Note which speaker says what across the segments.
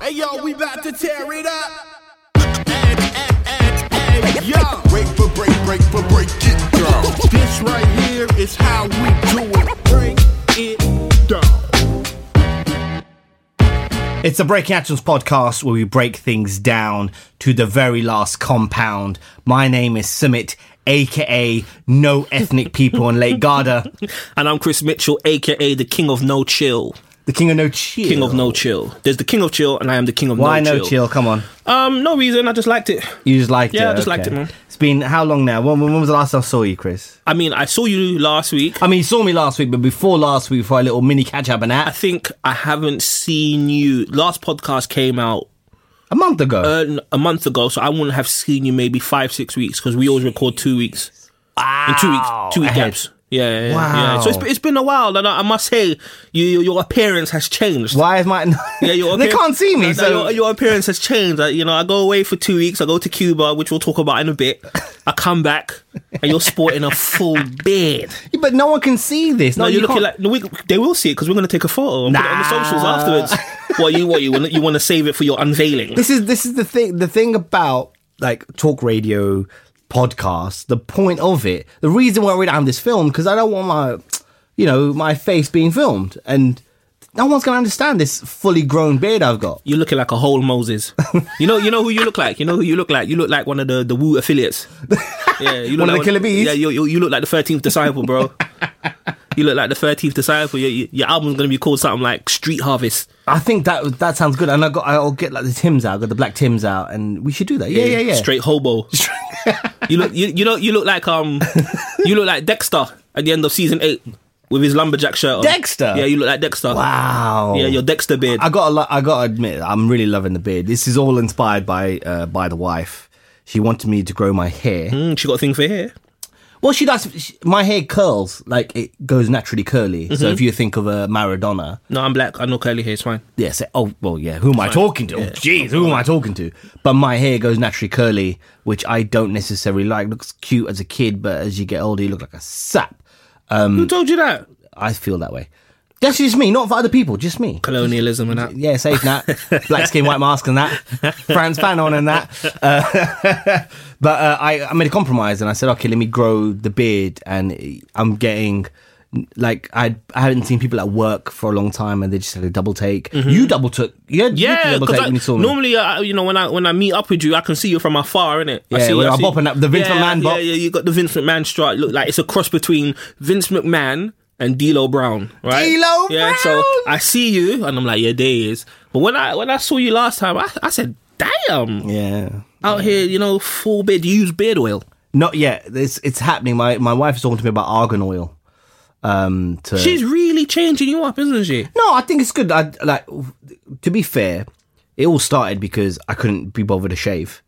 Speaker 1: Hey yo, we about to tear it up. Hey, hey, hey, hey, yo.
Speaker 2: Break for break, break for break it down.
Speaker 1: This right here is how we do it. Break it down.
Speaker 3: It's the Breaking Atoms podcast where we break things down to the very last compound. My name is Summit, aka No Ethnic People in Lake Garda,
Speaker 4: And I'm Chris Mitchell, aka the King of No Chill.
Speaker 3: the King of No Chill.
Speaker 4: King of No Chill. There's the King of Chill, and I am the King of
Speaker 3: Why
Speaker 4: No
Speaker 3: No
Speaker 4: Chill.
Speaker 3: Chill? Come on,
Speaker 4: Um, no reason. I just liked it.
Speaker 3: you just liked it.
Speaker 4: Yeah, I just liked
Speaker 3: okay.
Speaker 4: it, man.
Speaker 3: It's been how long now? When, when was the last I saw you, Chris?
Speaker 4: I mean, I saw you last week.
Speaker 3: I mean, you saw me last week, but before last week, for a little mini catch up and
Speaker 4: I
Speaker 3: that,
Speaker 4: think I haven't seen you. Last podcast came out
Speaker 3: a month ago.
Speaker 4: uh, a month ago, so I wouldn't have seen you maybe five, six weeks because we always record two weeks. Uh, In two weeks, two week
Speaker 3: ahead.
Speaker 4: gaps. Yeah, yeah, yeah,
Speaker 3: Wow.
Speaker 4: yeah. So it's, it's been a while, and I, I must say, you, your- your appearance has changed.
Speaker 3: Why is my?
Speaker 4: Yeah, your
Speaker 3: they
Speaker 4: appear-
Speaker 3: can't see me,
Speaker 4: No, no,
Speaker 3: so
Speaker 4: your, your appearance has changed. Like, you know, I go away for two weeks. I go to Cuba, which we'll talk about in a bit. I come back, and you're sporting a full beard.
Speaker 3: but no one can see this.
Speaker 4: No,
Speaker 3: you
Speaker 4: you're looking
Speaker 3: can't-
Speaker 4: like no, we, they will see it because we're going to take a photo and put it on the
Speaker 3: Nah.
Speaker 4: socials afterwards. what you what you want you want to save it for your unveiling?
Speaker 3: this is this is the thing the thing about like talk radio podcasts the point of it the reason why we don't have this filmed because i don't want my you know my face being filmed and no one's gonna understand this fully grown beard i've got
Speaker 4: You're looking like a whole Moses. You know, you know who you look like. You know who you look like. You look like one of the the Wu affiliates. Yeah, you
Speaker 3: One of the
Speaker 4: look like
Speaker 3: Killer Bees?
Speaker 4: Yeah, you, you, you look like the thirteenth disciple, bro. you look like the thirteenth disciple. Your, your, your album's gonna be called something like Street Harvest.
Speaker 3: i think that that sounds good and i got i'll get like the tims out got the black tims out and we should do that yeah yeah yeah
Speaker 4: Straight hobo. you look, you, you know, you look like um, you look like Dexter at the end of season eight with his lumberjack shirt. on.
Speaker 3: Dexter?
Speaker 4: Yeah, you look like Dexter.
Speaker 3: wow
Speaker 4: Yeah, your Dexter beard.
Speaker 3: I gotta, lo- I gotta admit, I'm really loving the beard. This is all inspired by, uh, by the wife. She wanted me to grow my hair.
Speaker 4: Mm, she got a thing for hair.
Speaker 3: Well, she does. She, my hair curls, like it goes naturally curly. So if you think of a Maradona,
Speaker 4: No, I'm black. I know curly hair. It's fine.
Speaker 3: yeah, say, oh, well, yeah, who am I talking to? Oh, Jeez, who am I talking to? But my hair goes naturally curly, which I don't necessarily like. Looks cute as a kid, but as you get older, you look like a sap. Mm.
Speaker 4: Who told you that?
Speaker 3: I feel that way. That's just me, not for other people, just me.
Speaker 4: Colonialism and that.
Speaker 3: Yeah, safe that. Black skin, white mask, and that. Franz Fanon and that. Uh, but uh, I, I made a compromise and I said, okay, let me grow the beard. And I'm getting, like, I, I hadn't seen people at work for a long time and they just had a double take. You double took. You had, you took a
Speaker 4: Mm-hmm. Yeah,
Speaker 3: double take when you
Speaker 4: because
Speaker 3: saw me.
Speaker 4: normally, I, you know, when I when I meet up with you, I can see you from afar, innit? I
Speaker 3: Yeah,
Speaker 4: see,
Speaker 3: well,
Speaker 4: I
Speaker 3: I'm
Speaker 4: see-
Speaker 3: bopping up the Vince
Speaker 4: yeah,
Speaker 3: McMahon bop.
Speaker 4: Yeah, yeah, you got the Vince McMahon strut. Look like it's a cross between Vince McMahon and D'Lo Brown, right?
Speaker 3: D'Lo
Speaker 4: yeah, So
Speaker 3: Brown!
Speaker 4: I see you, and I'm like, yeah, there he is. But when I when I saw you last time, I, I said, damn,
Speaker 3: yeah.
Speaker 4: out here, you know, full beard. You use beard oil.
Speaker 3: Not yet. It's, it's happening. My, my wife is talking to me about argan oil. Um, to,
Speaker 4: She's really changing you up, isn't she?
Speaker 3: No, I think it's good. I like to be fair. It all started because I couldn't be bothered to shave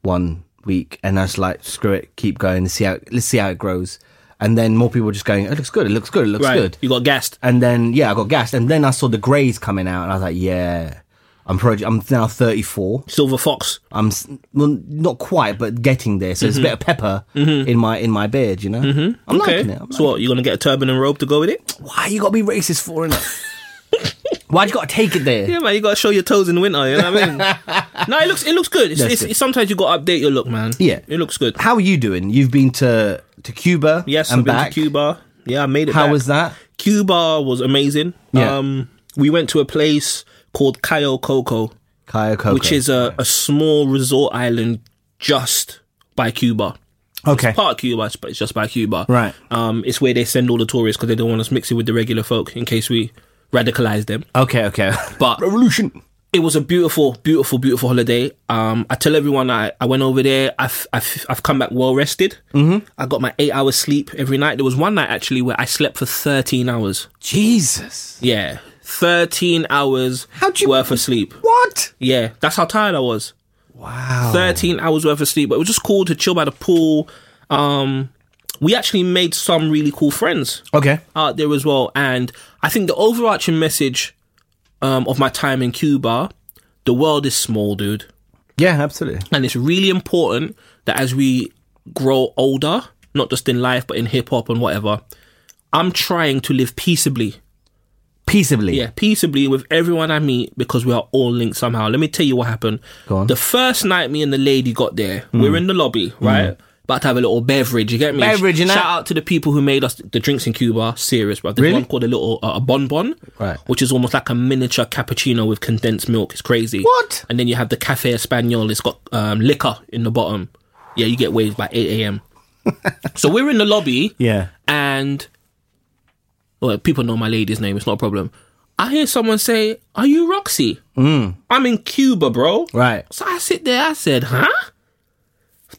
Speaker 3: one week, and I was like, "Screw it, keep going and see how let's see how it grows." And then more people were just going, "It looks good. It looks good. It looks
Speaker 4: right.
Speaker 3: good."
Speaker 4: You got gassed.
Speaker 3: And then yeah, I got gassed, and then I saw the greys coming out, and I was like, "Yeah, I'm pro- I'm now 34.
Speaker 4: Silver fox.
Speaker 3: I'm s- well, not quite, but getting there. So it's a
Speaker 4: Mm-hmm.
Speaker 3: bit of pepper in my in my beard, you know. Mm-hmm. I'm
Speaker 4: Okay.
Speaker 3: liking it. I'm
Speaker 4: so what? You're gonna get a turban and robe to go with it?
Speaker 3: Why you got to be racist for it? Why you got to take it there?
Speaker 4: Yeah, man, you gotta show your toes in the winter. You know what I mean? no, it looks it looks good. It's,
Speaker 3: That's
Speaker 4: it's,
Speaker 3: good.
Speaker 4: It's, sometimes you gotta update your look, man.
Speaker 3: Yeah.
Speaker 4: it looks good.
Speaker 3: How are you doing? You've been to to Cuba.
Speaker 4: Yes,
Speaker 3: and
Speaker 4: I've been
Speaker 3: back.
Speaker 4: to Cuba. Yeah, I made it.
Speaker 3: How
Speaker 4: back.
Speaker 3: was that?
Speaker 4: Cuba was amazing.
Speaker 3: Yeah.
Speaker 4: Um, we went to a place called Cayo Coco,
Speaker 3: Cayo Coco.
Speaker 4: which is a, a small resort island just by Cuba.
Speaker 3: okay.
Speaker 4: Part of Cuba, but it's just by Cuba.
Speaker 3: Right.
Speaker 4: Um, it's where they send all the tourists because they don't want us mixing with the regular folk in case we radicalize them.
Speaker 3: Okay. Okay.
Speaker 4: But
Speaker 3: Revolution.
Speaker 4: it was a beautiful, beautiful, beautiful holiday. Um, I tell everyone I, I went over there. I've, I've, I've come back well rested. Mm-hmm. I got my eight hours sleep every night. There was one night actually where I slept for 13 hours.
Speaker 3: Jesus.
Speaker 4: Yeah. 13 hours
Speaker 3: How'd you-
Speaker 4: worth of sleep.
Speaker 3: What?
Speaker 4: Yeah. That's how tired I was.
Speaker 3: Wow.
Speaker 4: 13
Speaker 3: Oh.
Speaker 4: hours worth of sleep. But it was just cool to chill by the pool. Um, we actually made some really cool friends
Speaker 3: Okay.
Speaker 4: out there as well. And I think the overarching message um, of my time in Cuba the world is small, dude.
Speaker 3: Yeah. Absolutely.
Speaker 4: And it's really important that as we grow older, not just in life, but in hip hop and whatever, I'm trying to live peaceably
Speaker 3: Peaceably.
Speaker 4: Yeah, peaceably with everyone I meet because we are all linked somehow. Let me tell you what happened.
Speaker 3: Go on. Mm.
Speaker 4: The first night me and the lady got there, we're in the lobby, right? About to have a little beverage, you get me?
Speaker 3: Beverage, you know?
Speaker 4: Shout out to the people who made us the drinks in Cuba. Serious, bro. There's
Speaker 3: Really?
Speaker 4: one called a little uh, a bonbon,
Speaker 3: Right.
Speaker 4: Which is almost like a miniature cappuccino with condensed milk. It's crazy.
Speaker 3: What?
Speaker 4: And then you have the Cafe Espanol. It's got um, liquor in the bottom. Yeah, you get waved by eight a.m. so we're in the lobby
Speaker 3: Yeah.
Speaker 4: and well, people know my lady's name. It's not a problem. I hear someone say, "Are you Roxy?" Mm. I'm in Cuba, bro.
Speaker 3: Right.
Speaker 4: So I sit there. I said, "Huh?"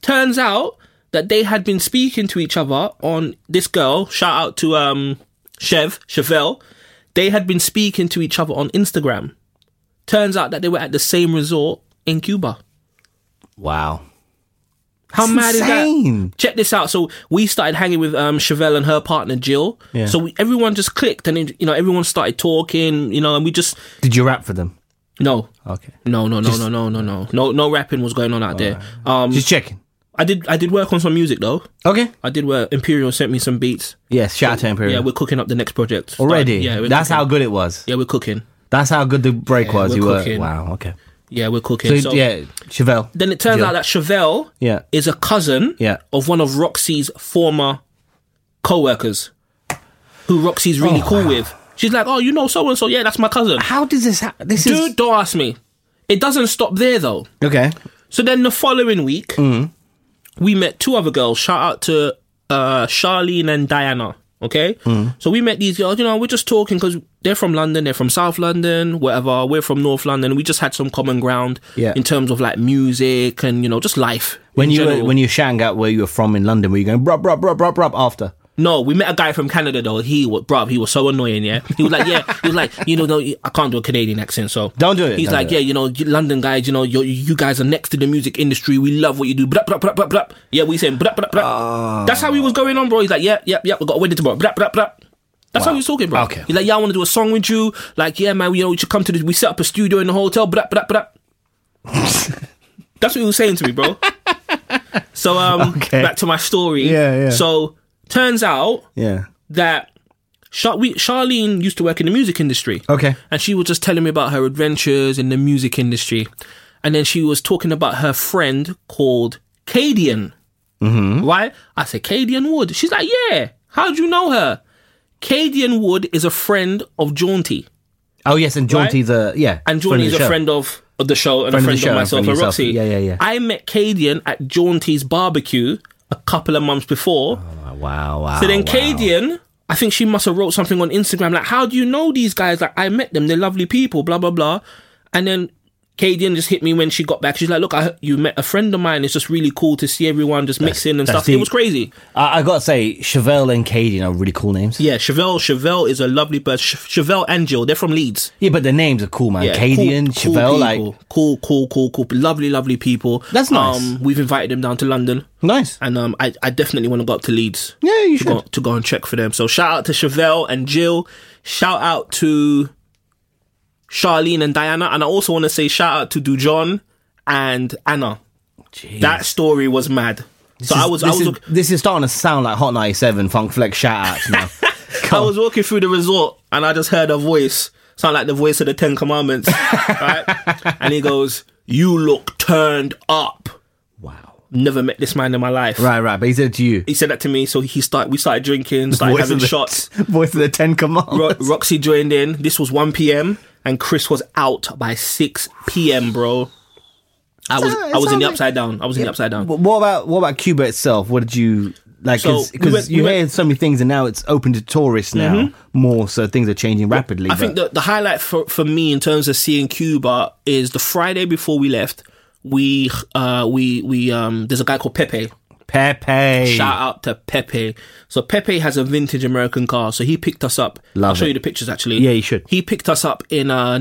Speaker 4: Turns out that they had been speaking to each other on this girl. Shout out to um Chev Chevelle. They had been speaking to each other on Instagram. Turns out that they were at the same resort in Cuba.
Speaker 3: Wow.
Speaker 4: How
Speaker 3: That's
Speaker 4: mad is
Speaker 3: insane.
Speaker 4: that? Check this out. So we started hanging with um, Chevelle and her partner Jill.
Speaker 3: Yeah.
Speaker 4: So we, everyone just clicked, and it, you know everyone started talking. You know, and we just
Speaker 3: Did you rap for them?
Speaker 4: no,
Speaker 3: Okay.
Speaker 4: no, no, no, no, no, no, no, no, no rapping was going on out there. Um,
Speaker 3: Just checking.
Speaker 4: I did, I did work on some music though.
Speaker 3: Okay.
Speaker 4: I did work. Imperial sent me some beats.
Speaker 3: Yes. Shout out to Imperial.
Speaker 4: Yeah, we're cooking up the next project Start-
Speaker 3: Already.
Speaker 4: yeah, we're
Speaker 3: That's
Speaker 4: cooking.
Speaker 3: how good it was.
Speaker 4: Yeah, we're cooking.
Speaker 3: That's how good the break was.
Speaker 4: we're
Speaker 3: You were.
Speaker 4: cooking.
Speaker 3: Wow. Okay.
Speaker 4: Yeah, we're cooking.
Speaker 3: So,
Speaker 4: So,
Speaker 3: yeah, Chevelle.
Speaker 4: Then it turns
Speaker 3: Jill.
Speaker 4: out that Chevelle
Speaker 3: Yeah.
Speaker 4: is a cousin
Speaker 3: Yeah.
Speaker 4: of one of Roxy's former co-workers who Roxy's really
Speaker 3: Oh,
Speaker 4: cool
Speaker 3: wow.
Speaker 4: with. She's like, oh, you know so and so. Yeah, that's my cousin.
Speaker 3: How does this happen? This
Speaker 4: Dude, don't ask me. It doesn't stop there though.
Speaker 3: is okay.
Speaker 4: So then the following week,
Speaker 3: Mm-hmm.
Speaker 4: we met two other girls. Shout out to uh, Charlene and Diana. Okay,
Speaker 3: Mm-hmm.
Speaker 4: so we met these girls. You know, we're just talking because they're from London, they're from South London, whatever. We're from North London. We just had some common ground
Speaker 3: Yeah.
Speaker 4: in terms of like music and you know just life.
Speaker 3: When
Speaker 4: in
Speaker 3: you were,
Speaker 4: general.
Speaker 3: when you were shouting out where you were from in London, were you going bruh bruh bruh bruh bruh after?
Speaker 4: No, we met a guy from Canada though. He was, bruv, he was so annoying. Yeah, he was like, yeah, he was like, you know, no, I can't do a Canadian accent, so
Speaker 3: Don't do it,
Speaker 4: He's
Speaker 3: don't
Speaker 4: like,
Speaker 3: do
Speaker 4: yeah,
Speaker 3: it.
Speaker 4: you know, you London guys, you know, you you guys are next to the music industry. We love what you do. Blah blah blah blah blah. Yeah, we saying blah blah blah.
Speaker 3: Ah.
Speaker 4: That's how he was going on, bro. He's like, yeah, yeah, yeah. We got a wedding tomorrow. Blah blah blah. That's how he was talking, bro.
Speaker 3: Okay.
Speaker 4: He's like, yeah, I want to do a song with you. Like, yeah, man, you know, we should come to this. We set up a studio in the hotel. Blah blah blah. That's what he was saying to me, bro. so um,
Speaker 3: Okay.
Speaker 4: back to my story.
Speaker 3: Yeah, yeah.
Speaker 4: So turns out
Speaker 3: Yeah.
Speaker 4: that Char- we, Charlene used to work in the music industry.
Speaker 3: Okay.
Speaker 4: And she was just telling me about her adventures in the music industry. And then she was talking about her friend called Cadian. Mm-hmm. Right? I said, Cadian Wood. She's like, yeah. How do you know her? Cadian Wood is a friend of Jaunty.
Speaker 3: Oh yes, and Jaunty
Speaker 4: Right?
Speaker 3: the yeah,
Speaker 4: And
Speaker 3: join
Speaker 4: Jaunty's a friend of, of the show and a
Speaker 3: Friend of the
Speaker 4: friend of,
Speaker 3: show and
Speaker 4: myself
Speaker 3: friend of
Speaker 4: and
Speaker 3: yourself.
Speaker 4: Roxy.
Speaker 3: Yeah, yeah, yeah.
Speaker 4: I met Cadian at Jaunty's barbecue a couple of months before.
Speaker 3: Wow, wow.
Speaker 4: So then
Speaker 3: wow.
Speaker 4: Cadian, I think she must have wrote something on Instagram like, "How do you know these guys? Like, I met them. They're lovely people. Blah blah blah." And then Cadian just hit me when she got back. She's like, "Look, I, you met a friend of mine. It's just really cool to see everyone just mixing and
Speaker 3: that's
Speaker 4: stuff. It
Speaker 3: deep.
Speaker 4: was crazy."
Speaker 3: I, I gotta say, Chevelle and Cadian are really cool names.
Speaker 4: Yeah, Chevelle. Chevelle is a lovely bird. Ch- Chevelle and Jill. They're from Leeds.
Speaker 3: Yeah, but the names are cool, man.
Speaker 4: Yeah,
Speaker 3: Cadian,
Speaker 4: cool-
Speaker 3: Chevelle,
Speaker 4: cool
Speaker 3: like
Speaker 4: people. cool, cool, cool, cool. Lovely, lovely people.
Speaker 3: That's nice.
Speaker 4: Um, we've invited them down to London.
Speaker 3: nice.
Speaker 4: and um, I, I definitely want to go up to Leeds.
Speaker 3: Yeah, you
Speaker 4: to Go,
Speaker 3: should.
Speaker 4: to go and check for them. So shout out to Chevelle and Jill. Shout out to Charlene and Diana, and I also want to say shout out to Dujon and Anna.
Speaker 3: Jeez.
Speaker 4: That story was mad. so I was I
Speaker 3: this
Speaker 4: was
Speaker 3: is,
Speaker 4: look-
Speaker 3: this is starting to sound like Hot 97 Funk Flex shout outs now.
Speaker 4: I was walking through the resort and I just heard a voice sound like the voice of the Ten Commandments, right? And he goes, "You look turned up."
Speaker 3: wow.
Speaker 4: Never met this man in my life.
Speaker 3: Right, right. But he said to you,
Speaker 4: He said that to me, so he start we started drinking, started
Speaker 3: voice
Speaker 4: having
Speaker 3: of the,
Speaker 4: shots.
Speaker 3: Voice of the Ten Commandments.
Speaker 4: Ro- Roxy joined in. This was 1 p.m. and Chris was out by 6 p.m. Bro, I was
Speaker 3: Sound-
Speaker 4: I was in
Speaker 3: sound
Speaker 4: the
Speaker 3: like-
Speaker 4: upside down. I was in the upside down.
Speaker 3: But what about what about Cuba itself? What did you like?
Speaker 4: So,
Speaker 3: Because
Speaker 4: we went- we
Speaker 3: you
Speaker 4: went- Mm-hmm.
Speaker 3: hear so many things, and now it's open to tourists now more, so things are changing rapidly.
Speaker 4: I think
Speaker 3: but-
Speaker 4: the the highlight for for me in terms of seeing Cuba is the Friday before we left. We uh we we um there's a guy called Pepe.
Speaker 3: Pepe.
Speaker 4: Shout out to Pepe. So Pepe has a vintage American car. So he picked us up. I'll
Speaker 3: Love
Speaker 4: show
Speaker 3: it.
Speaker 4: you the pictures actually.
Speaker 3: Yeah, you should.
Speaker 4: He picked us up in a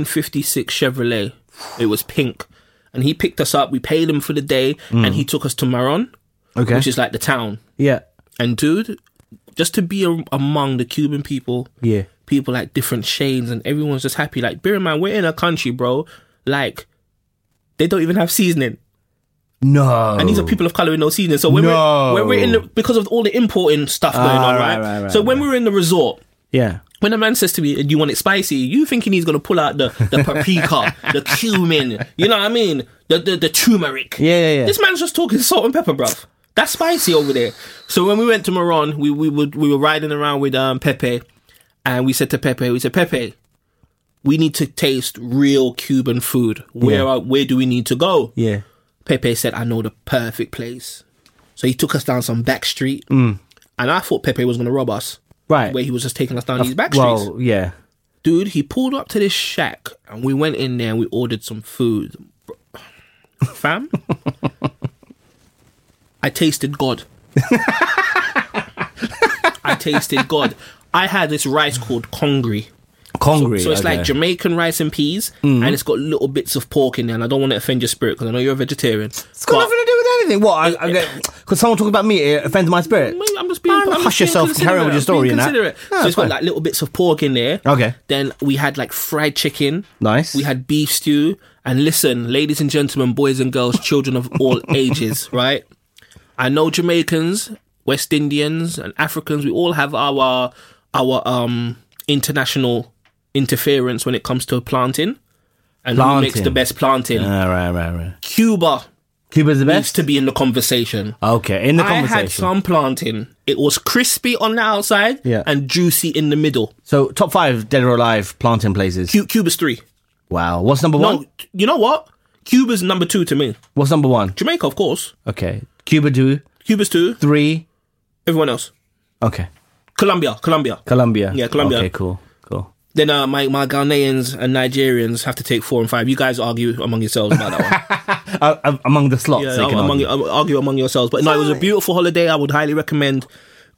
Speaker 4: 1956 Chevrolet. It was pink, and he picked us up. We paid him for the day,
Speaker 3: Mm.
Speaker 4: and he took us to Maron,
Speaker 3: okay.
Speaker 4: which is like the town.
Speaker 3: yeah.
Speaker 4: And dude, just to be a- among the Cuban people,
Speaker 3: Yeah.
Speaker 4: people like different shades, and everyone's just happy. Like, bear in mind, we're in a country, bro. Like, they don't even have seasoning.
Speaker 3: No.
Speaker 4: And these are people of color in no season. So when
Speaker 3: Oh. No.
Speaker 4: we're when we're in the, because of all the importing stuff going
Speaker 3: Ah,
Speaker 4: on, right?
Speaker 3: right, right, right,
Speaker 4: so when we're in the resort,
Speaker 3: Yeah.
Speaker 4: When a man says to me, "Do you want it spicy?" You thinking he's gonna pull out the, the paprika, the cumin, you know what I mean? The the, the turmeric.
Speaker 3: Yeah, yeah, yeah.
Speaker 4: This man's just talking salt and pepper, bruv. That's spicy over there. So when we went to Moron, we we would we were riding around with um Pepe, and we said to Pepe, we said Pepe, we need to taste real Cuban food. Where
Speaker 3: Yeah.
Speaker 4: are, where do we need to go?
Speaker 3: Yeah.
Speaker 4: Pepe said, I know the perfect place. So he took us down some back street.
Speaker 3: Mm.
Speaker 4: And I thought Pepe was going to rob us.
Speaker 3: Right.
Speaker 4: Where he was just taking us down these back streets.
Speaker 3: Well, yeah.
Speaker 4: Dude, he pulled up to this shack and we went in there and we ordered some food. Bro- Fam? I tasted God. I tasted God. I had this rice called congri.
Speaker 3: Congri.
Speaker 4: So it's
Speaker 3: okay. Mm-hmm.
Speaker 4: like Jamaican rice and peas, and it's got little bits of pork in there. And I don't want to offend your spirit because I know you're a vegetarian.
Speaker 3: It's got nothing to do with anything. What? I, I get, could someone talk about me? It offends my spirit.
Speaker 4: Maybe I'm just being.
Speaker 3: Man,
Speaker 4: I'm
Speaker 3: hush
Speaker 4: just being
Speaker 3: yourself. Carry on with your story
Speaker 4: considerate.
Speaker 3: and
Speaker 4: I'm being
Speaker 3: that.
Speaker 4: considerate.
Speaker 3: No,
Speaker 4: so
Speaker 3: it's
Speaker 4: it's got
Speaker 3: fine.
Speaker 4: like little bits of pork in there.
Speaker 3: Okay.
Speaker 4: Then we had like fried chicken.
Speaker 3: Nice.
Speaker 4: We had beef stew. And listen, ladies and gentlemen, boys and girls, children of all ages, right? I know Jamaicans, West Indians, and Africans. We all have our our um international interference when it comes to planting. And who makes
Speaker 3: Planting.
Speaker 4: the best planting?
Speaker 3: Ah, right, right, right.
Speaker 4: Cuba
Speaker 3: Cuba's the
Speaker 4: needs
Speaker 3: best.
Speaker 4: to be in the conversation.
Speaker 3: Okay, in the
Speaker 4: I
Speaker 3: conversation.
Speaker 4: had some planting. It was crispy on the outside
Speaker 3: Yeah.
Speaker 4: and juicy in the middle.
Speaker 3: so, top five dead or alive planting places.
Speaker 4: Cu- Cuba's three.
Speaker 3: wow. What's number one?
Speaker 4: No, you know what? Cuba's number two to me.
Speaker 3: What's number one?
Speaker 4: Jamaica, of course.
Speaker 3: Okay. Cuba two,
Speaker 4: Cuba's two.
Speaker 3: three.
Speaker 4: Everyone else.
Speaker 3: Okay.
Speaker 4: Colombia, Colombia.
Speaker 3: Colombia.
Speaker 4: Yeah, Colombia.
Speaker 3: Okay, cool, cool.
Speaker 4: Then uh, my, my Ghanaians and Nigerians have to take four and five. You guys argue among yourselves about that one.
Speaker 3: Uh, uh, among the slots,
Speaker 4: Yeah,
Speaker 3: they can
Speaker 4: among,
Speaker 3: argue.
Speaker 4: argue. among yourselves. But no, it was a beautiful holiday. I would highly recommend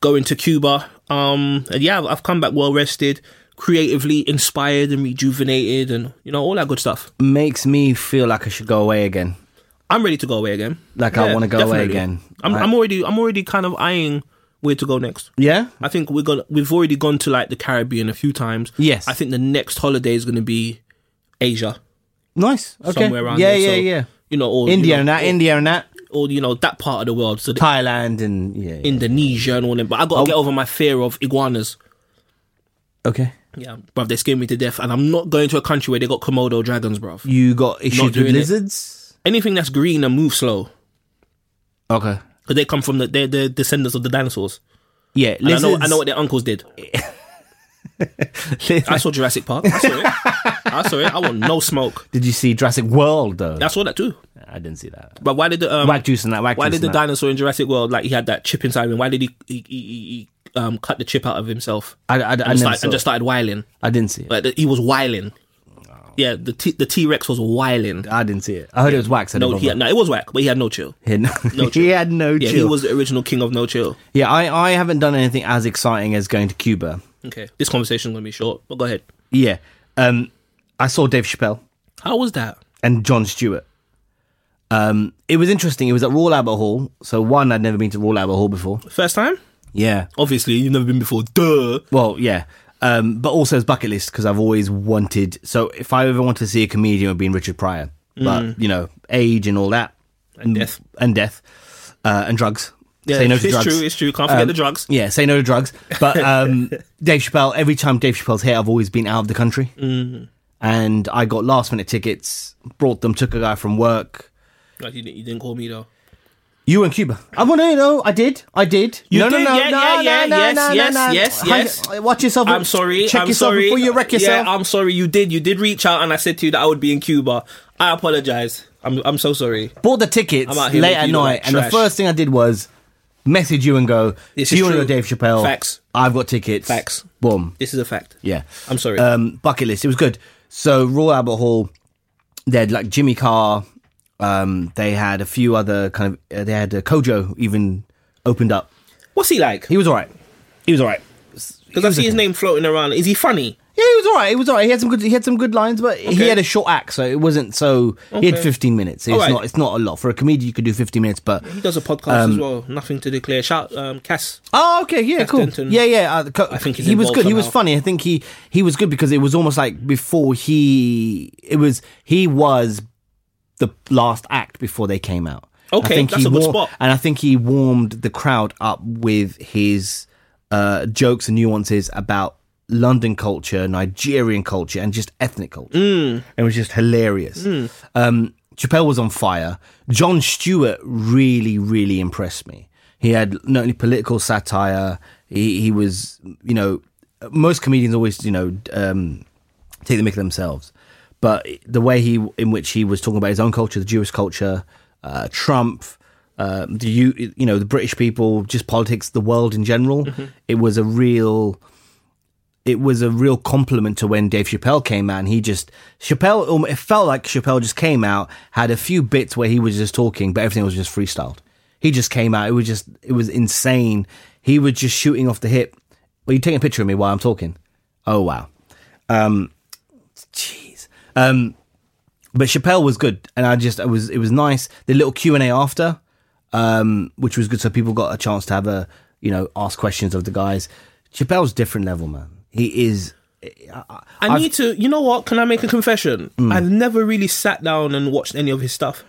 Speaker 4: going to Cuba. Um, and yeah, I've- I've come back well rested, creatively inspired and rejuvenated, and you know all that good stuff.
Speaker 3: makes me feel like I should go away again.
Speaker 4: I'm ready to go away again.
Speaker 3: Like, I wanna go away again.
Speaker 4: I'm,
Speaker 3: Like-
Speaker 4: I'm already I'm already kind of eyeing where to go next.
Speaker 3: Yeah.
Speaker 4: I think we're gonna we've already gone to like the Caribbean a few times.
Speaker 3: Yes.
Speaker 4: I think the next holiday is gonna be Asia.
Speaker 3: Nice. Okay.
Speaker 4: Somewhere around
Speaker 3: yeah,
Speaker 4: there.
Speaker 3: yeah,
Speaker 4: So,
Speaker 3: yeah.
Speaker 4: You know, or
Speaker 3: India
Speaker 4: you
Speaker 3: and
Speaker 4: know,
Speaker 3: that,
Speaker 4: or,
Speaker 3: India and that,
Speaker 4: or, you know that part of the world. So the
Speaker 3: Thailand and yeah. yeah.
Speaker 4: Indonesia and all that. But I gotta
Speaker 3: Oh.
Speaker 4: get over my fear of iguanas.
Speaker 3: okay.
Speaker 4: Yeah, bruv, they scare me to death, and I'm not going to a country where they got Komodo dragons, bruv.
Speaker 3: You got issues with
Speaker 4: doing it.
Speaker 3: lizards?
Speaker 4: Anything that's green and move slow,
Speaker 3: Okay.
Speaker 4: because they come from the they're the descendants of the dinosaurs.
Speaker 3: Yeah,
Speaker 4: And I
Speaker 3: lizards.
Speaker 4: know, I know what their uncles did. I saw Jurassic Park. I saw it. I saw it. I want no smoke.
Speaker 3: Did you see Jurassic World though?
Speaker 4: I saw that too.
Speaker 3: I didn't see that.
Speaker 4: But why did the um,
Speaker 3: Whack juice and that. Whack
Speaker 4: why
Speaker 3: juice
Speaker 4: did the
Speaker 3: and that.
Speaker 4: dinosaur in Jurassic World like he had that chip inside him? Why did he he, he, he he, um cut the chip out of himself
Speaker 3: I, I, I,
Speaker 4: and,
Speaker 3: never
Speaker 4: start-
Speaker 3: saw
Speaker 4: and just
Speaker 3: it.
Speaker 4: started whiling?
Speaker 3: I didn't see it.
Speaker 4: Like the, he was whiling. Yeah, the t- the T Rex was whiling.
Speaker 3: I didn't see it. I heard it was wax. I
Speaker 4: No,
Speaker 3: no,
Speaker 4: he had, no, it was whack, but he had no chill.
Speaker 3: he had no,
Speaker 4: no chill.
Speaker 3: he had no
Speaker 4: Yeah,
Speaker 3: chill.
Speaker 4: he was the original king of no chill.
Speaker 3: yeah, I, I haven't done anything as exciting as going to Cuba.
Speaker 4: Okay, this conversation's gonna be short, but go ahead.
Speaker 3: Yeah. Um, I saw Dave Chappelle
Speaker 4: How was that?
Speaker 3: and John Stewart. Um, it was interesting. It was at Royal Albert Hall. So one, I'd never been to Royal Albert Hall before.
Speaker 4: First time?
Speaker 3: Yeah.
Speaker 4: Obviously, you've never been before. Duh.
Speaker 3: Well, yeah. Um, but also as bucket list because I've always wanted. So if I ever wanted to see a comedian, it would be Richard Pryor. But you know, age and all that, and
Speaker 4: Mm. death.
Speaker 3: and death, uh, and drugs.
Speaker 4: Yeah,
Speaker 3: Say no
Speaker 4: it's,
Speaker 3: to drugs. Um,
Speaker 4: true. It's true. Can't forget the drugs.
Speaker 3: Yeah, say no to drugs. But um, Dave Chappelle, every time Dave Chappelle's here, I've always been out of the country.
Speaker 4: Mm-hmm.
Speaker 3: And I got last minute tickets, brought them, took a guy from work.
Speaker 4: Like, you, didn't, you didn't call me though.
Speaker 3: You were in Cuba. I want to know. I did. I did.
Speaker 4: You
Speaker 3: no,
Speaker 4: did,
Speaker 3: no, no,
Speaker 4: yeah,
Speaker 3: no,
Speaker 4: yeah,
Speaker 3: no,
Speaker 4: yeah,
Speaker 3: no,
Speaker 4: yes,
Speaker 3: no,
Speaker 4: yes,
Speaker 3: no, no.
Speaker 4: yes,
Speaker 3: Hang-
Speaker 4: yes.
Speaker 3: Watch yourself.
Speaker 4: I'm sorry.
Speaker 3: Check
Speaker 4: I'm
Speaker 3: yourself
Speaker 4: sorry.
Speaker 3: before you wreck yourself.
Speaker 4: Yeah, I'm sorry. You did. You did reach out, and I said to you that I would be in Cuba. I apologize. I'm. I'm so sorry.
Speaker 3: bought the tickets
Speaker 4: I'm out here
Speaker 3: late
Speaker 4: with
Speaker 3: at
Speaker 4: you
Speaker 3: night,
Speaker 4: lot like
Speaker 3: and the
Speaker 4: trash.
Speaker 3: first thing I did was message you and go,
Speaker 4: This is
Speaker 3: "Do you want to
Speaker 4: true.
Speaker 3: go Dave Chappelle?
Speaker 4: Facts.
Speaker 3: I've got tickets.
Speaker 4: Facts.
Speaker 3: Boom.
Speaker 4: This is a fact.
Speaker 3: Yeah.
Speaker 4: I'm sorry.
Speaker 3: Um, bucket list. It was good. So Royal Albert Hall, they had like Jimmy Carr. Um, they had a few other kind of. Uh, they had uh, Kojo even opened up.
Speaker 4: What's he like?
Speaker 3: He was all right.
Speaker 4: He was alright. Because I see his name floating around. Is he funny?
Speaker 3: Yeah, he was all right. He was all right. He had some good. He had some good lines, but he
Speaker 4: Okay.
Speaker 3: had a short act, so it wasn't so. He had 15 minutes. It's
Speaker 4: All right.
Speaker 3: not. It's not a lot for a comedian. You could do 15 minutes, but
Speaker 4: He does a podcast
Speaker 3: Um,
Speaker 4: as well. Nothing to declare. Shout, um, Cass.
Speaker 3: Oh, okay, yeah, cool.
Speaker 4: Denton.
Speaker 3: Yeah, yeah. Uh, co-
Speaker 4: I think he's
Speaker 3: he was
Speaker 4: involved
Speaker 3: good. He was
Speaker 4: somehow.
Speaker 3: funny. I think he he was good because it was almost like before he it was he was the last act before they came out.
Speaker 4: Okay, that's
Speaker 3: he
Speaker 4: a good
Speaker 3: war-
Speaker 4: spot.
Speaker 3: And I think he warmed the crowd up with his uh, jokes and nuances about London culture, Nigerian culture, and just ethnic culture. Mm. It was just hilarious.
Speaker 4: Mm.
Speaker 3: Um, Chappelle was on fire. John Stewart really, really impressed me. He had not only political satire, he, he was, you know, most comedians always, you know, um, take the mick themselves. But the way he, in which he was talking about his own culture, the Jewish culture, uh, Trump, uh, the you, you know, the British people, just politics, the world in general, it was a real, it was a real compliment to when Dave Chappelle came out. And he just Chappelle, um, it felt like Chappelle just came out, had a few bits where he was just talking, but everything was just freestyled. He just came out. It was just, it was insane. He was just shooting off the hip. Well, you taking a picture of me while I'm talking. Oh wow. Jeez. Um, but Chappelle was good, and I just I was it was nice. The little Q and A after, um, which was good, so people got a chance to have a you know ask questions of the guys. Chappelle's different level, man. He is. I,
Speaker 4: I
Speaker 3: I've- Hmm.
Speaker 4: need to. You know what? Can I make a confession? I've never really sat down and watched any of his stuff.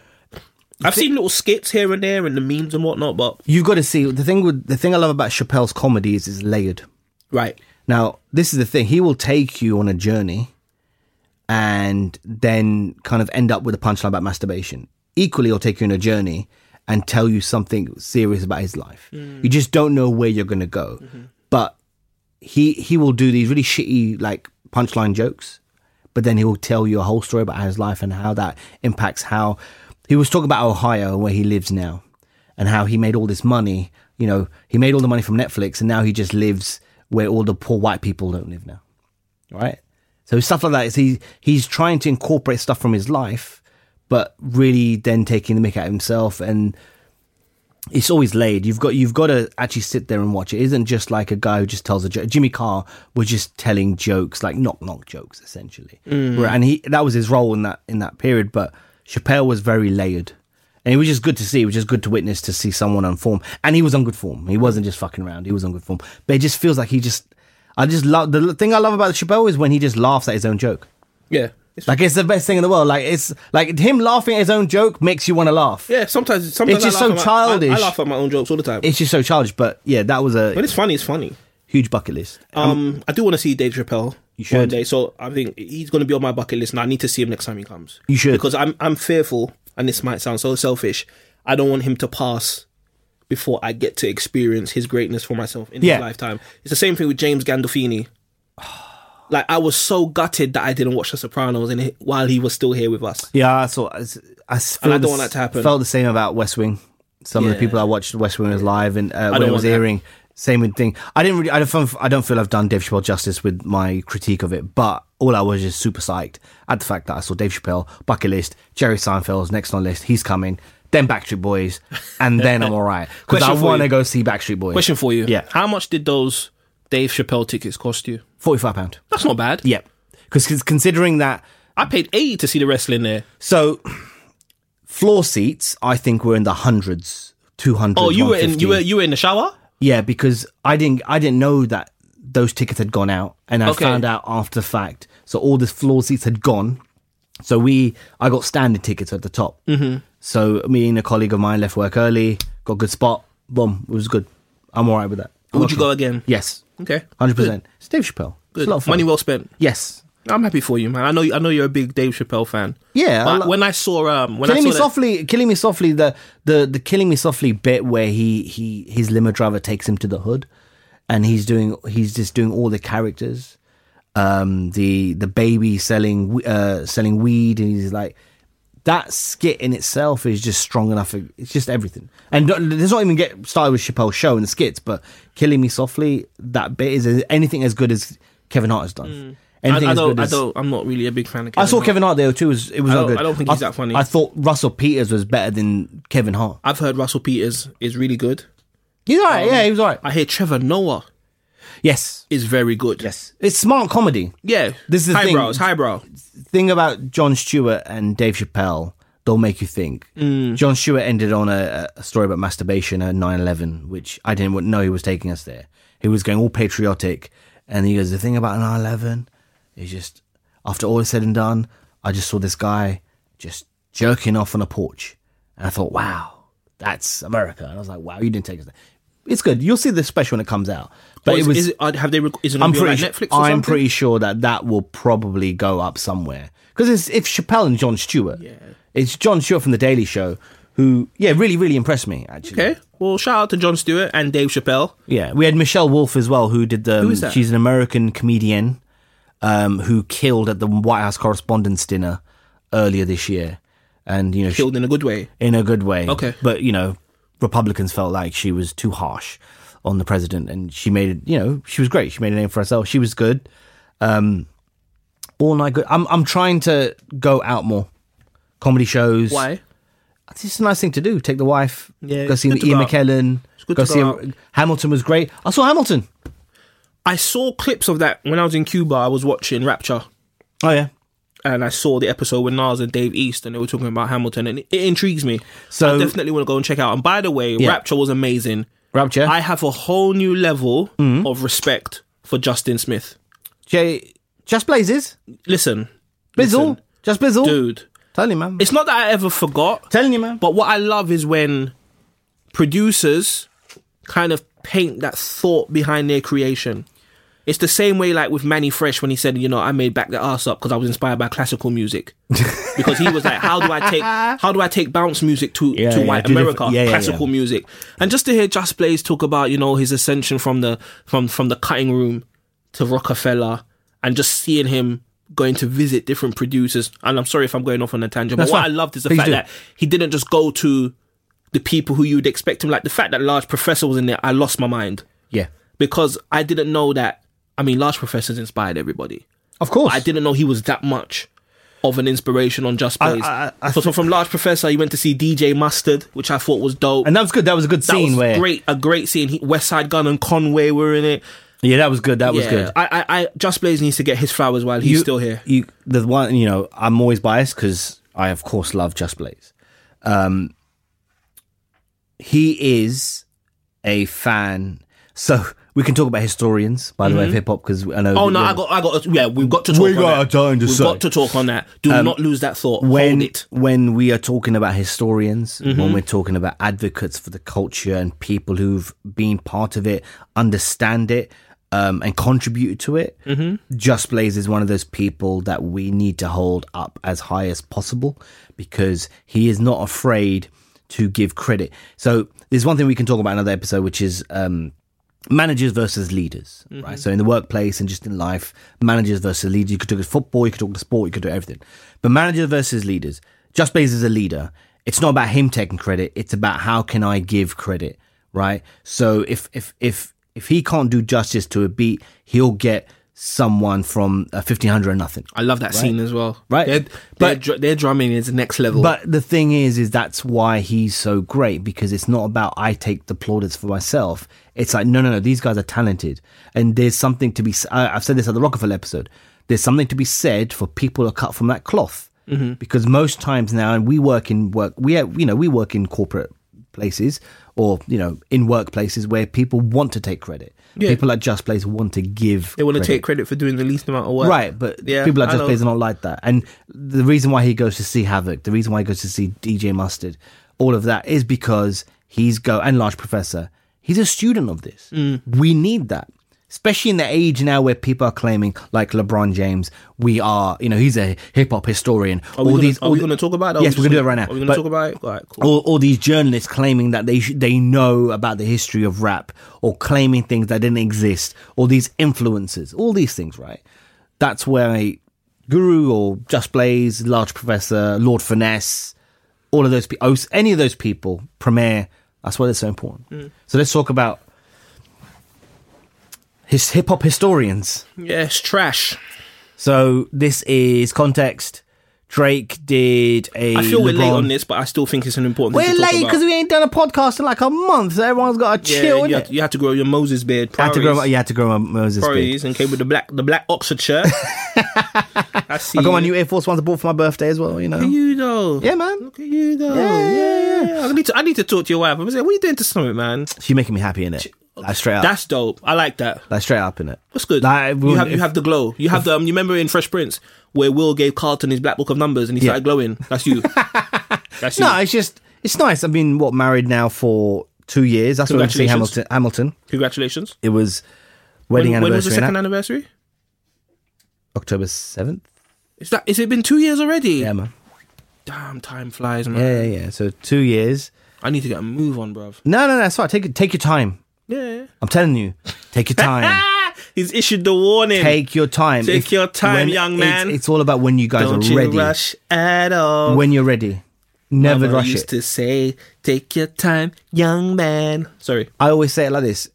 Speaker 4: I've seen little skits here and there and the memes and whatnot, but
Speaker 3: You've got to see the thing. With the thing I love about Chappelle's comedy is it's layered.
Speaker 4: right,
Speaker 3: Now, this is the thing. He will take you on a journey and then kind of end up with a punchline about masturbation. Equally, he'll take you on a journey and tell you something serious about his life. You just don't know where you're going to go. But he he will do these really shitty like punchline jokes, but then he will tell you a whole story about his life and how that impacts how he was talking about Ohio where he lives now, and how he made all this money. You know, he made all the money from Netflix, and now he just lives where all the poor white people don't live now, right? So stuff like that is he he's trying to incorporate stuff from his life, but really then taking the mick out of himself and it's always laid. You've got you've got to actually sit there and watch it. It isn't just like a guy who just tells a joke. Jimmy Carr was just telling jokes, like knock knock jokes, essentially. Right, And he that was his role in that in that period. But Chappelle was very layered, and it was just good to see. It was just good to witness to see someone on form, and he was on good form. He wasn't just fucking around. He was on good form. But it just feels like he just. I just love the thing I love about Chappelle is when he just laughs at his own joke.
Speaker 4: yeah, It's-
Speaker 3: Like it's the best thing in the world. Like it's like him laughing at his own joke makes you want to laugh.
Speaker 4: yeah. Sometimes, sometimes
Speaker 3: It's just
Speaker 4: I laugh
Speaker 3: so
Speaker 4: at my- I- I,
Speaker 3: childish.
Speaker 4: laugh at my own jokes all the time.
Speaker 3: It's just so childish, but yeah, that was a
Speaker 4: when it's funny, it's funny.
Speaker 3: huge bucket list.
Speaker 4: Um, I do want to see Dave Chappelle one
Speaker 3: should.
Speaker 4: day, so I think he's going to be on my bucket list, and I need to see him next time he comes.
Speaker 3: You should.
Speaker 4: because I'm I'm fearful, and this might sound so selfish. I don't want him to pass before I get to experience his greatness for myself in
Speaker 3: Yeah.
Speaker 4: his lifetime. It's the same thing with James Gandolfini. Like I was so gutted that I didn't watch The Sopranos, and he- while he was still here with us,
Speaker 3: Yeah, I saw. I, s- I s- feel
Speaker 4: don't
Speaker 3: the
Speaker 4: want that to
Speaker 3: s-
Speaker 4: happen.
Speaker 3: Felt the same about West Wing. Some of the
Speaker 4: Yeah.
Speaker 3: people I watched West Wing was live, and uh, when
Speaker 4: don't
Speaker 3: I was
Speaker 4: want that.
Speaker 3: hearing same thing. I didn't really. I don't. feel- I don't feel I've done Dave Chappelle justice with my critique of it, but all I was is super psyched at the fact that I saw Dave Chappelle bucket list, Jerry Seinfeld's next on list. He's coming. Then Backstreet Boys, and then I'm all right because I
Speaker 4: Question for
Speaker 3: want to
Speaker 4: you.
Speaker 3: go see Backstreet Boys.
Speaker 4: question for you:
Speaker 3: Yeah.
Speaker 4: how much did those Dave Chappelle tickets cost you?
Speaker 3: Forty five pound.
Speaker 4: That's not bad.
Speaker 3: Yeah, because considering that
Speaker 4: I paid eighty to see the wrestling there.
Speaker 3: So floor seats, I think were in the hundreds, two hundred.
Speaker 4: Oh, you were in you were you were in the shower.
Speaker 3: yeah, because I didn't I didn't know that those tickets had gone out, and I
Speaker 4: Okay.
Speaker 3: found out after the fact. So all the floor seats had gone. So we I got standard tickets at the top. Mm-hmm. So me and a colleague of mine left work early, got a good spot. Boom, it was good. I'm all right with that. I'm
Speaker 4: Would you
Speaker 3: okay.
Speaker 4: go again?
Speaker 3: Yes,
Speaker 4: Okay.
Speaker 3: hundred percent. It's Dave Chappelle. It's a lot of fun.
Speaker 4: Money well spent.
Speaker 3: yes.
Speaker 4: I'm happy for you, man. I know I know you're a big Dave Chappelle fan.
Speaker 3: Yeah, I
Speaker 4: But
Speaker 3: lo-
Speaker 4: when I saw um when I
Speaker 3: Killing
Speaker 4: saw
Speaker 3: me
Speaker 4: that-
Speaker 3: softly, killing me softly. The the the killing me softly bit where he he his limo driver takes him to the hood, and he's doing he's just doing all the characters. Um, the the baby selling we- uh selling weed, and he's like that skit in itself is just strong enough. It's just everything, and don't- let's not even get started with Chappelle's show and the skits, but killing me softly. That bit is anything as good as Kevin Hart has done.
Speaker 4: Mm. I,
Speaker 3: Anything
Speaker 4: I
Speaker 3: as
Speaker 4: don't
Speaker 3: good
Speaker 4: I
Speaker 3: as,
Speaker 4: don't I'm not really a big fan of
Speaker 3: I
Speaker 4: Kevin
Speaker 3: saw
Speaker 4: Hart.
Speaker 3: Kevin Hart there too. Was it was
Speaker 4: I
Speaker 3: not
Speaker 4: don't-
Speaker 3: good.
Speaker 4: I don't think he's that funny.
Speaker 3: I thought Russell Peters was better than Kevin Hart.
Speaker 4: I've heard Russell Peters is really good.
Speaker 3: He's all right.
Speaker 4: Um,
Speaker 3: yeah, he was all right.
Speaker 4: I hear Trevor Noah
Speaker 3: Yes,
Speaker 4: is very good.
Speaker 3: yes. It's smart comedy.
Speaker 4: Yeah.
Speaker 3: This is the thing.
Speaker 4: highbrow, it's highbrow.
Speaker 3: Thing about John Stewart and Dave Chappelle, they'll make you think.
Speaker 4: Mm.
Speaker 3: John Stewart ended on a, a story about masturbation and 9/11, which I didn't know he was taking us there. He was going all patriotic, and he goes, "The thing about 9/11 is just after all is said and done, I just saw this guy just jerking off on a porch, and I thought, wow." That's America. And I was like, wow, you didn't take us there. it's good. You'll see the special when it comes out. But
Speaker 4: Or is,
Speaker 3: it was.
Speaker 4: is it, have they? Rec- is it on
Speaker 3: I'm
Speaker 4: be on,
Speaker 3: pretty.
Speaker 4: like
Speaker 3: su-
Speaker 4: Netflix? Or
Speaker 3: I'm
Speaker 4: something?
Speaker 3: pretty sure that that will probably go up somewhere because if Chappelle and John Stewart,
Speaker 4: Yeah.
Speaker 3: it's John Stewart from the Daily Show who, yeah, really, really impressed me actually.
Speaker 4: Okay. Well, shout out to John Stewart and Dave Chappelle.
Speaker 3: Yeah, we had Michelle Wolf as well, who did the. um,
Speaker 4: Who is that?
Speaker 3: She's an American comedian um, who killed at the White House Correspondents' Dinner earlier this year, and you know, she-
Speaker 4: Killed in a good way.
Speaker 3: in a good way.
Speaker 4: Okay.
Speaker 3: but you know, Republicans felt like she was too harsh on the president, and she made it. You know, she was great. She made a name for herself. She was good. Um, all night good. I'm I'm trying to go out more. Comedy shows.
Speaker 4: Why?
Speaker 3: It's just a nice thing to do. Take the wife.
Speaker 4: Yeah,
Speaker 3: Go
Speaker 4: it's
Speaker 3: see
Speaker 4: good to
Speaker 3: Ian
Speaker 4: go out.
Speaker 3: McKellen.
Speaker 4: good
Speaker 3: go
Speaker 4: to
Speaker 3: see
Speaker 4: go
Speaker 3: a- Hamilton was great. I saw Hamilton.
Speaker 4: I saw clips of that when I was in Cuba. I was watching Rapture.
Speaker 3: Oh yeah.
Speaker 4: And I saw the episode with Nas and Dave East, and they were talking about Hamilton, and it intrigues me.
Speaker 3: So-
Speaker 4: So I definitely want to go and check out. And by the way, Rapture was amazing.
Speaker 3: Rapture?
Speaker 4: I have a whole new level of respect for Justin Smith.
Speaker 3: Jay, just blazes,
Speaker 4: Listen,
Speaker 3: bizzle,
Speaker 4: Listen.
Speaker 3: just bizzle.
Speaker 4: dude,
Speaker 3: Telling you, man.
Speaker 4: it's not that I ever forgot,
Speaker 3: telling you, man.
Speaker 4: but what I love is when producers kind of paint that thought behind their creation. It's the same way, like with Manny Fresh, when he said, "You know, I made Back the Ass Up because I was inspired by classical music." because he was like, "How do I take how do I take bounce music to
Speaker 3: Yeah,
Speaker 4: to
Speaker 3: yeah,
Speaker 4: white
Speaker 3: do different-
Speaker 4: America,
Speaker 3: yeah, yeah,
Speaker 4: classical
Speaker 3: yeah.
Speaker 4: music?" And just to hear Just Blaze talk about, you know, his ascension from the from from the cutting room to Rockefeller, and just seeing him going to visit different producers. And I'm sorry if I'm going off on a tangent,
Speaker 3: That's
Speaker 4: but what
Speaker 3: fine.
Speaker 4: I loved is the
Speaker 3: Please
Speaker 4: fact
Speaker 3: do.
Speaker 4: that he didn't just go to the people who you'd expect him. Like the fact that Large Professor was in there, I lost my mind
Speaker 3: yeah,
Speaker 4: because I didn't know that. I mean, Large Professor's inspired everybody.
Speaker 3: of course.
Speaker 4: I didn't know he was that much of an inspiration on Just Blaze.
Speaker 3: I- I
Speaker 4: so, so from Large Professor, you went to see DJ Mustard, which I thought was dope.
Speaker 3: and that was good. That was a good
Speaker 4: that
Speaker 3: scene
Speaker 4: was
Speaker 3: where.
Speaker 4: great, a great scene. He, West Side Gun and Conway were in it.
Speaker 3: Yeah, that was good. That was good.
Speaker 4: I, I, I, Just Blaze needs to get his flowers while he's
Speaker 3: You-
Speaker 4: still here.
Speaker 3: You, the one, you know, I'm always biased because I, of course, love Just Blaze. Um, he is a fan. So we can talk about historians, by the way, of hip hop because I know.
Speaker 4: Oh
Speaker 3: that
Speaker 4: no,
Speaker 3: you're-
Speaker 4: I got, I got, yeah, we've got to talk.
Speaker 3: We
Speaker 4: on
Speaker 3: got
Speaker 4: that.
Speaker 3: a time to
Speaker 4: We've
Speaker 3: say.
Speaker 4: got to talk on that. Do not lose that thought.
Speaker 3: when
Speaker 4: Hold it. Mm-hmm.
Speaker 3: when we are talking about historians, when we're talking about advocates for the culture and people who've been part of it, understand it, um, and contributed to it,
Speaker 4: Mm-hmm.
Speaker 3: Just Blaze is one of those people that we need to hold up as high as possible because he is not afraid to give credit. So there's one thing we can talk about in another episode, which is um, managers versus leaders, right? So in the workplace and just in life, managers versus leaders. You could talk to football, you could talk to sport, you could do everything. But managers versus leaders. Just Blaze is a leader. It's not about him taking credit. It's about how can I give credit, right? So if if if if he can't do justice to a beat, he'll get someone from uh, fifteen hundred or nothing.
Speaker 4: I love that scene as well.
Speaker 3: Right.
Speaker 4: their, their,
Speaker 3: But-
Speaker 4: dr- their drumming is next level.
Speaker 3: But the thing is, is that's why he's so great because it's not about I take the plaudits for myself. It's like no, no, no. These guys are talented, and there's something to be. s- I- I've said this at the Rockefeller episode. There's something to be said for people who are cut from that cloth
Speaker 4: Mm-hmm.
Speaker 3: because most times now, and we work in work. We have, you know we work in corporate places or you know in workplaces where people want to take credit. People at Just Place want to give.
Speaker 4: they want to
Speaker 3: credit.
Speaker 4: take credit for doing the least amount of work.
Speaker 3: Right, but people like
Speaker 4: I
Speaker 3: Just
Speaker 4: know.
Speaker 3: Blaze are not like that. And the reason why he goes to see Havoc, the reason why he goes to see DJ Mustard, all of that is because he's go and Large Professor. He's a student of this.
Speaker 4: Mm.
Speaker 3: We need that. Especially in the age now where people are claiming, like LeBron James, we are, you know, he's a hip hop historian.
Speaker 4: Are we
Speaker 3: all
Speaker 4: gonna,
Speaker 3: these,
Speaker 4: are
Speaker 3: all
Speaker 4: we
Speaker 3: the-
Speaker 4: going to talk about it? Are
Speaker 3: Yes,
Speaker 4: we
Speaker 3: we're gonna
Speaker 4: just
Speaker 3: do it right now.
Speaker 4: Are we going
Speaker 3: But-
Speaker 4: to talk about it? All right, cool.
Speaker 3: all, all these journalists claiming that they sh- they know about the history of rap or claiming things that didn't exist or these influences all these things right that's where a guru or just blaze large professor lord finesse all of those people any of those people premier that's why they're so important
Speaker 4: Mm.
Speaker 3: so let's talk about his hip-hop historians
Speaker 4: Yeah, it's trash.
Speaker 3: so this is context drake did a
Speaker 4: I feel we're late
Speaker 3: LeBron-
Speaker 4: on this, but I still think it's an important.
Speaker 3: we're
Speaker 4: thing to talk
Speaker 3: late
Speaker 4: about.
Speaker 3: because we ain't done a podcast in like a month, so everyone's got to
Speaker 4: yeah,
Speaker 3: chill.
Speaker 4: you,
Speaker 3: innit?
Speaker 4: had, you had to grow your Moses beard.
Speaker 3: I had to grow. my-
Speaker 4: Priorities.
Speaker 3: You had to grow my Moses beard.
Speaker 4: priorities, and came with the black the black Oxford shirt. I see.
Speaker 3: I got my new Air Force ones I bought for my birthday as well. You know.
Speaker 4: You though.
Speaker 3: Yeah, man.
Speaker 4: Look at you though. Yeah, yeah, yeah. I need to I need to talk to your wife. I'm saying, what are you doing to stomach, man?
Speaker 3: She's making me happy in it. Like straight up.
Speaker 4: That's dope. I like that.
Speaker 3: like straight up in Oh. it.
Speaker 4: That's good.
Speaker 3: Like,
Speaker 4: you
Speaker 3: well,
Speaker 4: have you
Speaker 3: if-
Speaker 4: have the glow. You have the um, you remember in Fresh Prince where Will gave Carlton his black book of numbers and he started glowing. That's you. That's you.
Speaker 3: No, it's just it's nice. I've been what married now for two years. That's when we see Hamilton.
Speaker 4: Congratulations.
Speaker 3: Hamilton.
Speaker 4: Congratulations.
Speaker 3: It was
Speaker 4: When,
Speaker 3: wedding
Speaker 4: when was the
Speaker 3: anniversary. and
Speaker 4: second
Speaker 3: that-
Speaker 4: anniversary?
Speaker 3: October seventh.
Speaker 4: Is that? Is it been two years already?
Speaker 3: Yeah, man.
Speaker 4: Damn, time flies, man.
Speaker 3: Yeah, yeah, yeah. So two years.
Speaker 4: I need to get a move on, bruv.
Speaker 3: No, no, no. Sorry. Take take your time.
Speaker 4: Yeah.
Speaker 3: I'm telling you, take your time.
Speaker 4: Ah, he's issued the warning.
Speaker 3: take your time.
Speaker 4: Take your time, young
Speaker 3: it's-
Speaker 4: man.
Speaker 3: It's, all about when you guys
Speaker 4: Don't
Speaker 3: are
Speaker 4: you
Speaker 3: ready.
Speaker 4: rush at all.
Speaker 3: When you're ready. Never
Speaker 4: Mama
Speaker 3: rush
Speaker 4: used
Speaker 3: it.
Speaker 4: to say, "Take your time, young man." Sorry.
Speaker 3: I always say it like this.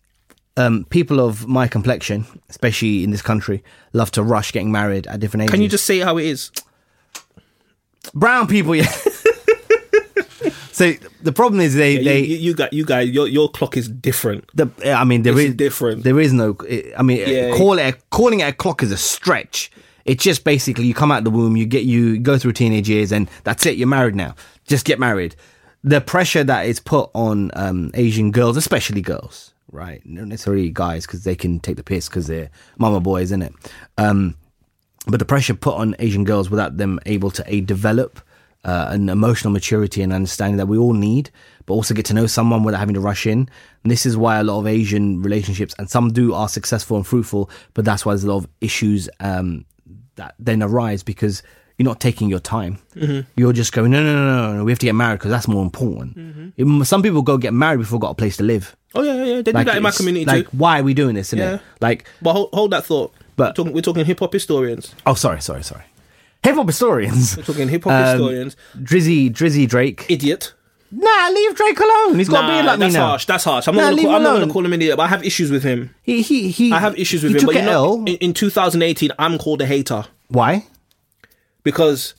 Speaker 3: Um, people of my complexion, especially in this country, love to rush getting married at different ages.
Speaker 4: Can you just say it how it is?
Speaker 3: brown people? Yeah. so the problem is they
Speaker 4: You,
Speaker 3: they
Speaker 4: you, you got you guys. Your your clock is different.
Speaker 3: the eh, I mean there
Speaker 4: It's
Speaker 3: is
Speaker 4: different.
Speaker 3: There is no. eh, I mean,
Speaker 4: Yeah.
Speaker 3: call it a, calling it a clock is a stretch. It's just basically you come out the womb, you get you go through teenage years, and that's it. You're married now. Just get married. The pressure that is put on um, Asian girls, especially girls, right? Not necessarily guys because they can take the piss because they're mama boys, is it? Um, but the pressure put on Asian girls without them able to a develop uh, an emotional maturity and understanding that we all need, but also get to know someone without having to rush in. And this is why a lot of Asian relationships, and some do, are successful and fruitful, but that's why there's a lot of issues um, that then arise because you're not taking your time.
Speaker 4: Mm-hmm.
Speaker 3: You're just going, no, no, no, no, no, we have to get married because that's more important.
Speaker 4: Mm-hmm.
Speaker 3: It- some people go get married before they've got a place to live.
Speaker 4: Oh yeah, yeah. They do that in my
Speaker 3: it's-
Speaker 4: community
Speaker 3: like,
Speaker 4: too.
Speaker 3: why are we doing this? Innit?
Speaker 4: Yeah.
Speaker 3: Like,
Speaker 4: But hold, hold that thought.
Speaker 3: But-
Speaker 4: we're talking, we're talking hip hop historians.
Speaker 3: oh, sorry, sorry, sorry. Hip hop historians.
Speaker 4: We're talking hip hop
Speaker 3: Um,
Speaker 4: historians.
Speaker 3: Drizzy, Drizzy Drake.
Speaker 4: Idiot.
Speaker 3: nah, leave Drake alone. He's got a beard like me
Speaker 4: that's
Speaker 3: now.
Speaker 4: harsh. That's harsh. I'm
Speaker 3: Nah,
Speaker 4: not. Gonna
Speaker 3: leave
Speaker 4: call, I'm
Speaker 3: him
Speaker 4: not going
Speaker 3: alone.
Speaker 4: to call him an idiot. But I have issues with him.
Speaker 3: He, he, he.
Speaker 4: I have issues with
Speaker 3: he
Speaker 4: him.
Speaker 3: Took
Speaker 4: But you
Speaker 3: an
Speaker 4: know,
Speaker 3: L.
Speaker 4: in, in 2018, I'm called a hater
Speaker 3: Why?
Speaker 4: because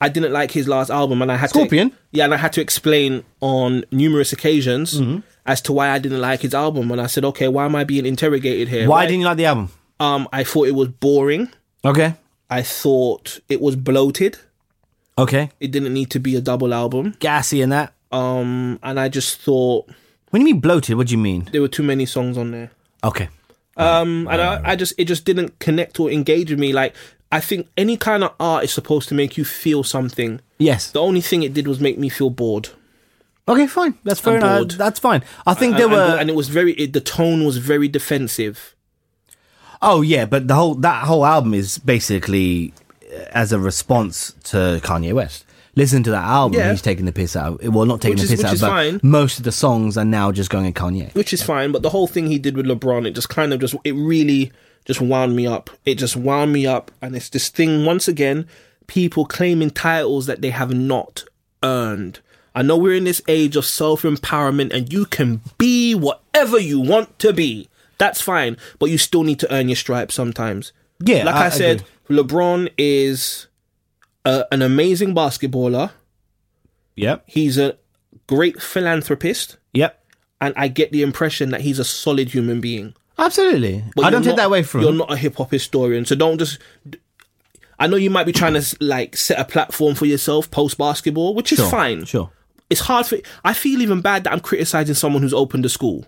Speaker 4: I didn't like his last album, and I had
Speaker 3: Scorpion?
Speaker 4: To, yeah, and I had to explain on numerous occasions
Speaker 3: Mm-hmm.
Speaker 4: as to why I didn't like his album. And I said, okay, why am I being interrogated here?
Speaker 3: Why didn't you like the album?
Speaker 4: um? I thought it was boring.
Speaker 3: Okay,
Speaker 4: I thought it was bloated.
Speaker 3: okay.
Speaker 4: It didn't need to be a double album.
Speaker 3: Gassy and that.
Speaker 4: Um, and I just thought
Speaker 3: When you mean bloated, what do you mean?
Speaker 4: there were too many songs on there.
Speaker 3: Okay.
Speaker 4: Um, and I, I just it just didn't connect or engage with me. Like I think any kind of art is supposed to make you feel something.
Speaker 3: Yes.
Speaker 4: The only thing it did was make me feel bored.
Speaker 3: Okay, fine. That's fair
Speaker 4: I'm
Speaker 3: enough.
Speaker 4: bored.
Speaker 3: That's fine. I think
Speaker 4: And-
Speaker 3: there
Speaker 4: and,
Speaker 3: were.
Speaker 4: and it was very it, the tone was very defensive.
Speaker 3: oh yeah, but the whole that whole album is basically uh, as a response to Kanye West. Listen to that album.
Speaker 4: Yeah.
Speaker 3: He's taking the piss out. of- Well, not taking
Speaker 4: Which
Speaker 3: the
Speaker 4: is-
Speaker 3: piss
Speaker 4: which
Speaker 3: out,
Speaker 4: is
Speaker 3: but
Speaker 4: fine.
Speaker 3: most of the songs are now just going at Kanye.
Speaker 4: which is fine. But the whole thing he did with LeBron, it just kind of just it really just wound me up. It just wound me up, and it's this thing once again, people claiming titles that they have not earned. I know we're in this age of self empowerment, and you can be whatever you want to be. That's fine, but you still need to earn your stripes sometimes.
Speaker 3: Yeah,
Speaker 4: like
Speaker 3: I-
Speaker 4: I,
Speaker 3: I
Speaker 4: said, LeBron is uh, an amazing basketballer.
Speaker 3: Yep.
Speaker 4: He's a great philanthropist
Speaker 3: Yep.
Speaker 4: and I get the impression that he's a solid human being.
Speaker 3: Absolutely.
Speaker 4: But
Speaker 3: I don't
Speaker 4: you're
Speaker 3: take
Speaker 4: not-
Speaker 3: that away from
Speaker 4: You're
Speaker 3: him.
Speaker 4: not a hip hop historian, so don't just. I know you might be trying to like set a platform for yourself post basketball, which is
Speaker 3: Sure,
Speaker 4: fine.
Speaker 3: Sure.
Speaker 4: It's hard for. I feel even bad that I'm criticizing someone who's opened a school.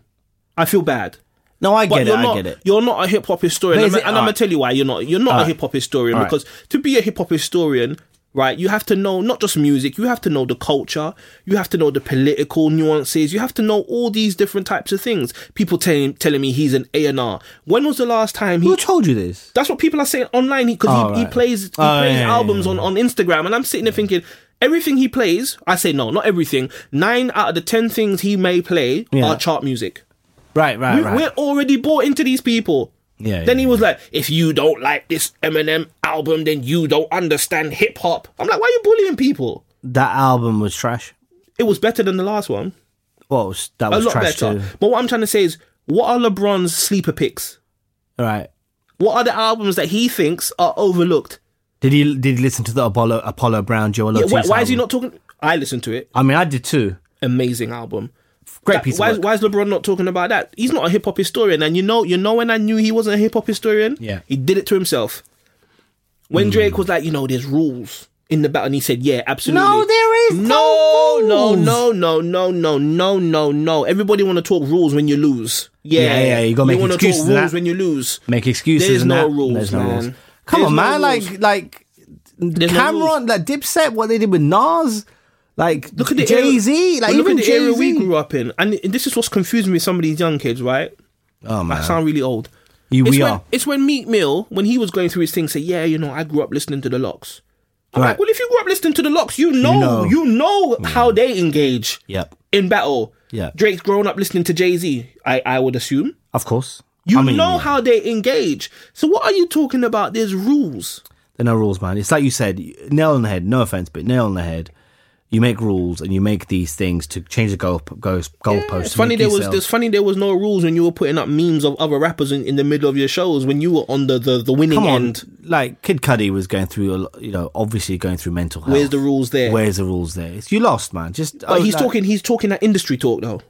Speaker 4: I feel bad.
Speaker 3: No, I
Speaker 4: But
Speaker 3: get it.
Speaker 4: you're
Speaker 3: I
Speaker 4: not,
Speaker 3: get it.
Speaker 4: You're not a hip hop historian,
Speaker 3: But
Speaker 4: and,
Speaker 3: is
Speaker 4: I'm,
Speaker 3: it-
Speaker 4: and I'm gonna
Speaker 3: alright.
Speaker 4: tell you why you're not. You're not a hip hop historian
Speaker 3: Alright.
Speaker 4: because to be a hip hop historian, right, you have to know not just music, you have to know the culture, you have to know the political nuances, you have to know all these different types of things. People telling telling me he's an A and R. When was the last time he?
Speaker 3: Who told you this?
Speaker 4: That's what people are saying online because he,
Speaker 3: Oh,
Speaker 4: he
Speaker 3: right.
Speaker 4: plays he
Speaker 3: Oh,
Speaker 4: plays
Speaker 3: yeah, yeah,
Speaker 4: albums on on Instagram, and I'm sitting there thinking. Everything he plays, I say no, not everything. Nine out of the ten things he may play
Speaker 3: Yeah.
Speaker 4: are chart music.
Speaker 3: Right, right,
Speaker 4: We- We're already bought into these people.
Speaker 3: Yeah,
Speaker 4: Then
Speaker 3: yeah,
Speaker 4: he was like, if you don't like this Eminem album, then you don't understand hip hop. I'm like, why are you bullying people?
Speaker 3: That album was trash.
Speaker 4: It was better than the last one.
Speaker 3: Well, s- that
Speaker 4: A
Speaker 3: was
Speaker 4: lot
Speaker 3: trash
Speaker 4: better.
Speaker 3: too.
Speaker 4: But what I'm trying to say is, what are LeBron's sleeper picks?
Speaker 3: Right.
Speaker 4: What are the albums that he thinks are overlooked?
Speaker 3: Did he did he listen to the Apollo Apollo Brown Joe
Speaker 4: Yeah,
Speaker 3: Lotus?
Speaker 4: why, why is he not talking? I listened to it.
Speaker 3: I mean, I did too.
Speaker 4: Amazing album.
Speaker 3: Great
Speaker 4: That-
Speaker 3: piece
Speaker 4: why,
Speaker 3: of
Speaker 4: is,
Speaker 3: work.
Speaker 4: why is LeBron not talking about that? He's not a hip hop historian, and you know, you know, when I knew he wasn't a hip hop historian,
Speaker 3: Yeah. Hmm.
Speaker 4: he did it to himself. When Drake was like, you know, there's rules in the battle, and he said, yeah, absolutely.
Speaker 3: No, there is
Speaker 4: no, no,
Speaker 3: no rules.
Speaker 4: no, no, no, no, no, no, no. Everybody want to talk rules when you lose. Yeah,
Speaker 3: Yeah, yeah, you gotta make
Speaker 4: wanna
Speaker 3: excuses
Speaker 4: talk
Speaker 3: and
Speaker 4: rules
Speaker 3: that.
Speaker 4: when you lose.
Speaker 3: Make excuses.
Speaker 4: There's
Speaker 3: and
Speaker 4: no
Speaker 3: that.
Speaker 4: rules,
Speaker 3: There's no
Speaker 4: man.
Speaker 3: rules. Come
Speaker 4: There's
Speaker 3: on,
Speaker 4: no
Speaker 3: man.
Speaker 4: rules.
Speaker 3: Like like
Speaker 4: no
Speaker 3: Cameron,
Speaker 4: rules.
Speaker 3: like Dipset, what they did with Nas. Like
Speaker 4: Look at the
Speaker 3: Jay Z.
Speaker 4: era-
Speaker 3: Like
Speaker 4: well, look
Speaker 3: even
Speaker 4: at the era we
Speaker 3: Jay-Z.
Speaker 4: grew up in, and this is what's confusing me. with Some of these young kids, right?
Speaker 3: Oh
Speaker 4: I
Speaker 3: man,
Speaker 4: sound really old.
Speaker 3: you,
Speaker 4: It's
Speaker 3: we
Speaker 4: when,
Speaker 3: are.
Speaker 4: It's when Meek Mill, when he was going through his thing, said, "Yeah, you know, I grew up listening to the Locks." I'm
Speaker 3: Right.
Speaker 4: like, well, if you grew up listening to the Locks, you know,
Speaker 3: know.
Speaker 4: you know, how they engage
Speaker 3: Yep.
Speaker 4: in battle.
Speaker 3: Yeah.
Speaker 4: Drake's grown up listening to Jay Z. I I would assume
Speaker 3: Of course.
Speaker 4: you
Speaker 3: I mean,
Speaker 4: know
Speaker 3: yeah.
Speaker 4: how they engage. So what are you talking about? There's rules.
Speaker 3: There are no rules, man. It's like you said, nail on the head. No offense, but nail on the head. You make rules and you make these things to change the goal goal goalpost.
Speaker 4: It's funny
Speaker 3: make
Speaker 4: there was
Speaker 3: yourself-
Speaker 4: it's funny there was no rules when you were putting up memes of other rappers in, in the middle of your shows when you were on the the, the winning
Speaker 3: Come on,
Speaker 4: end.
Speaker 3: like Kid Cudi was going through, a lo- you know, obviously going through mental health.
Speaker 4: Where's the rules there?
Speaker 3: Where's the rules there? It's, you lost, man. Just oh,
Speaker 4: But he's talking. He's talking that industry talk though.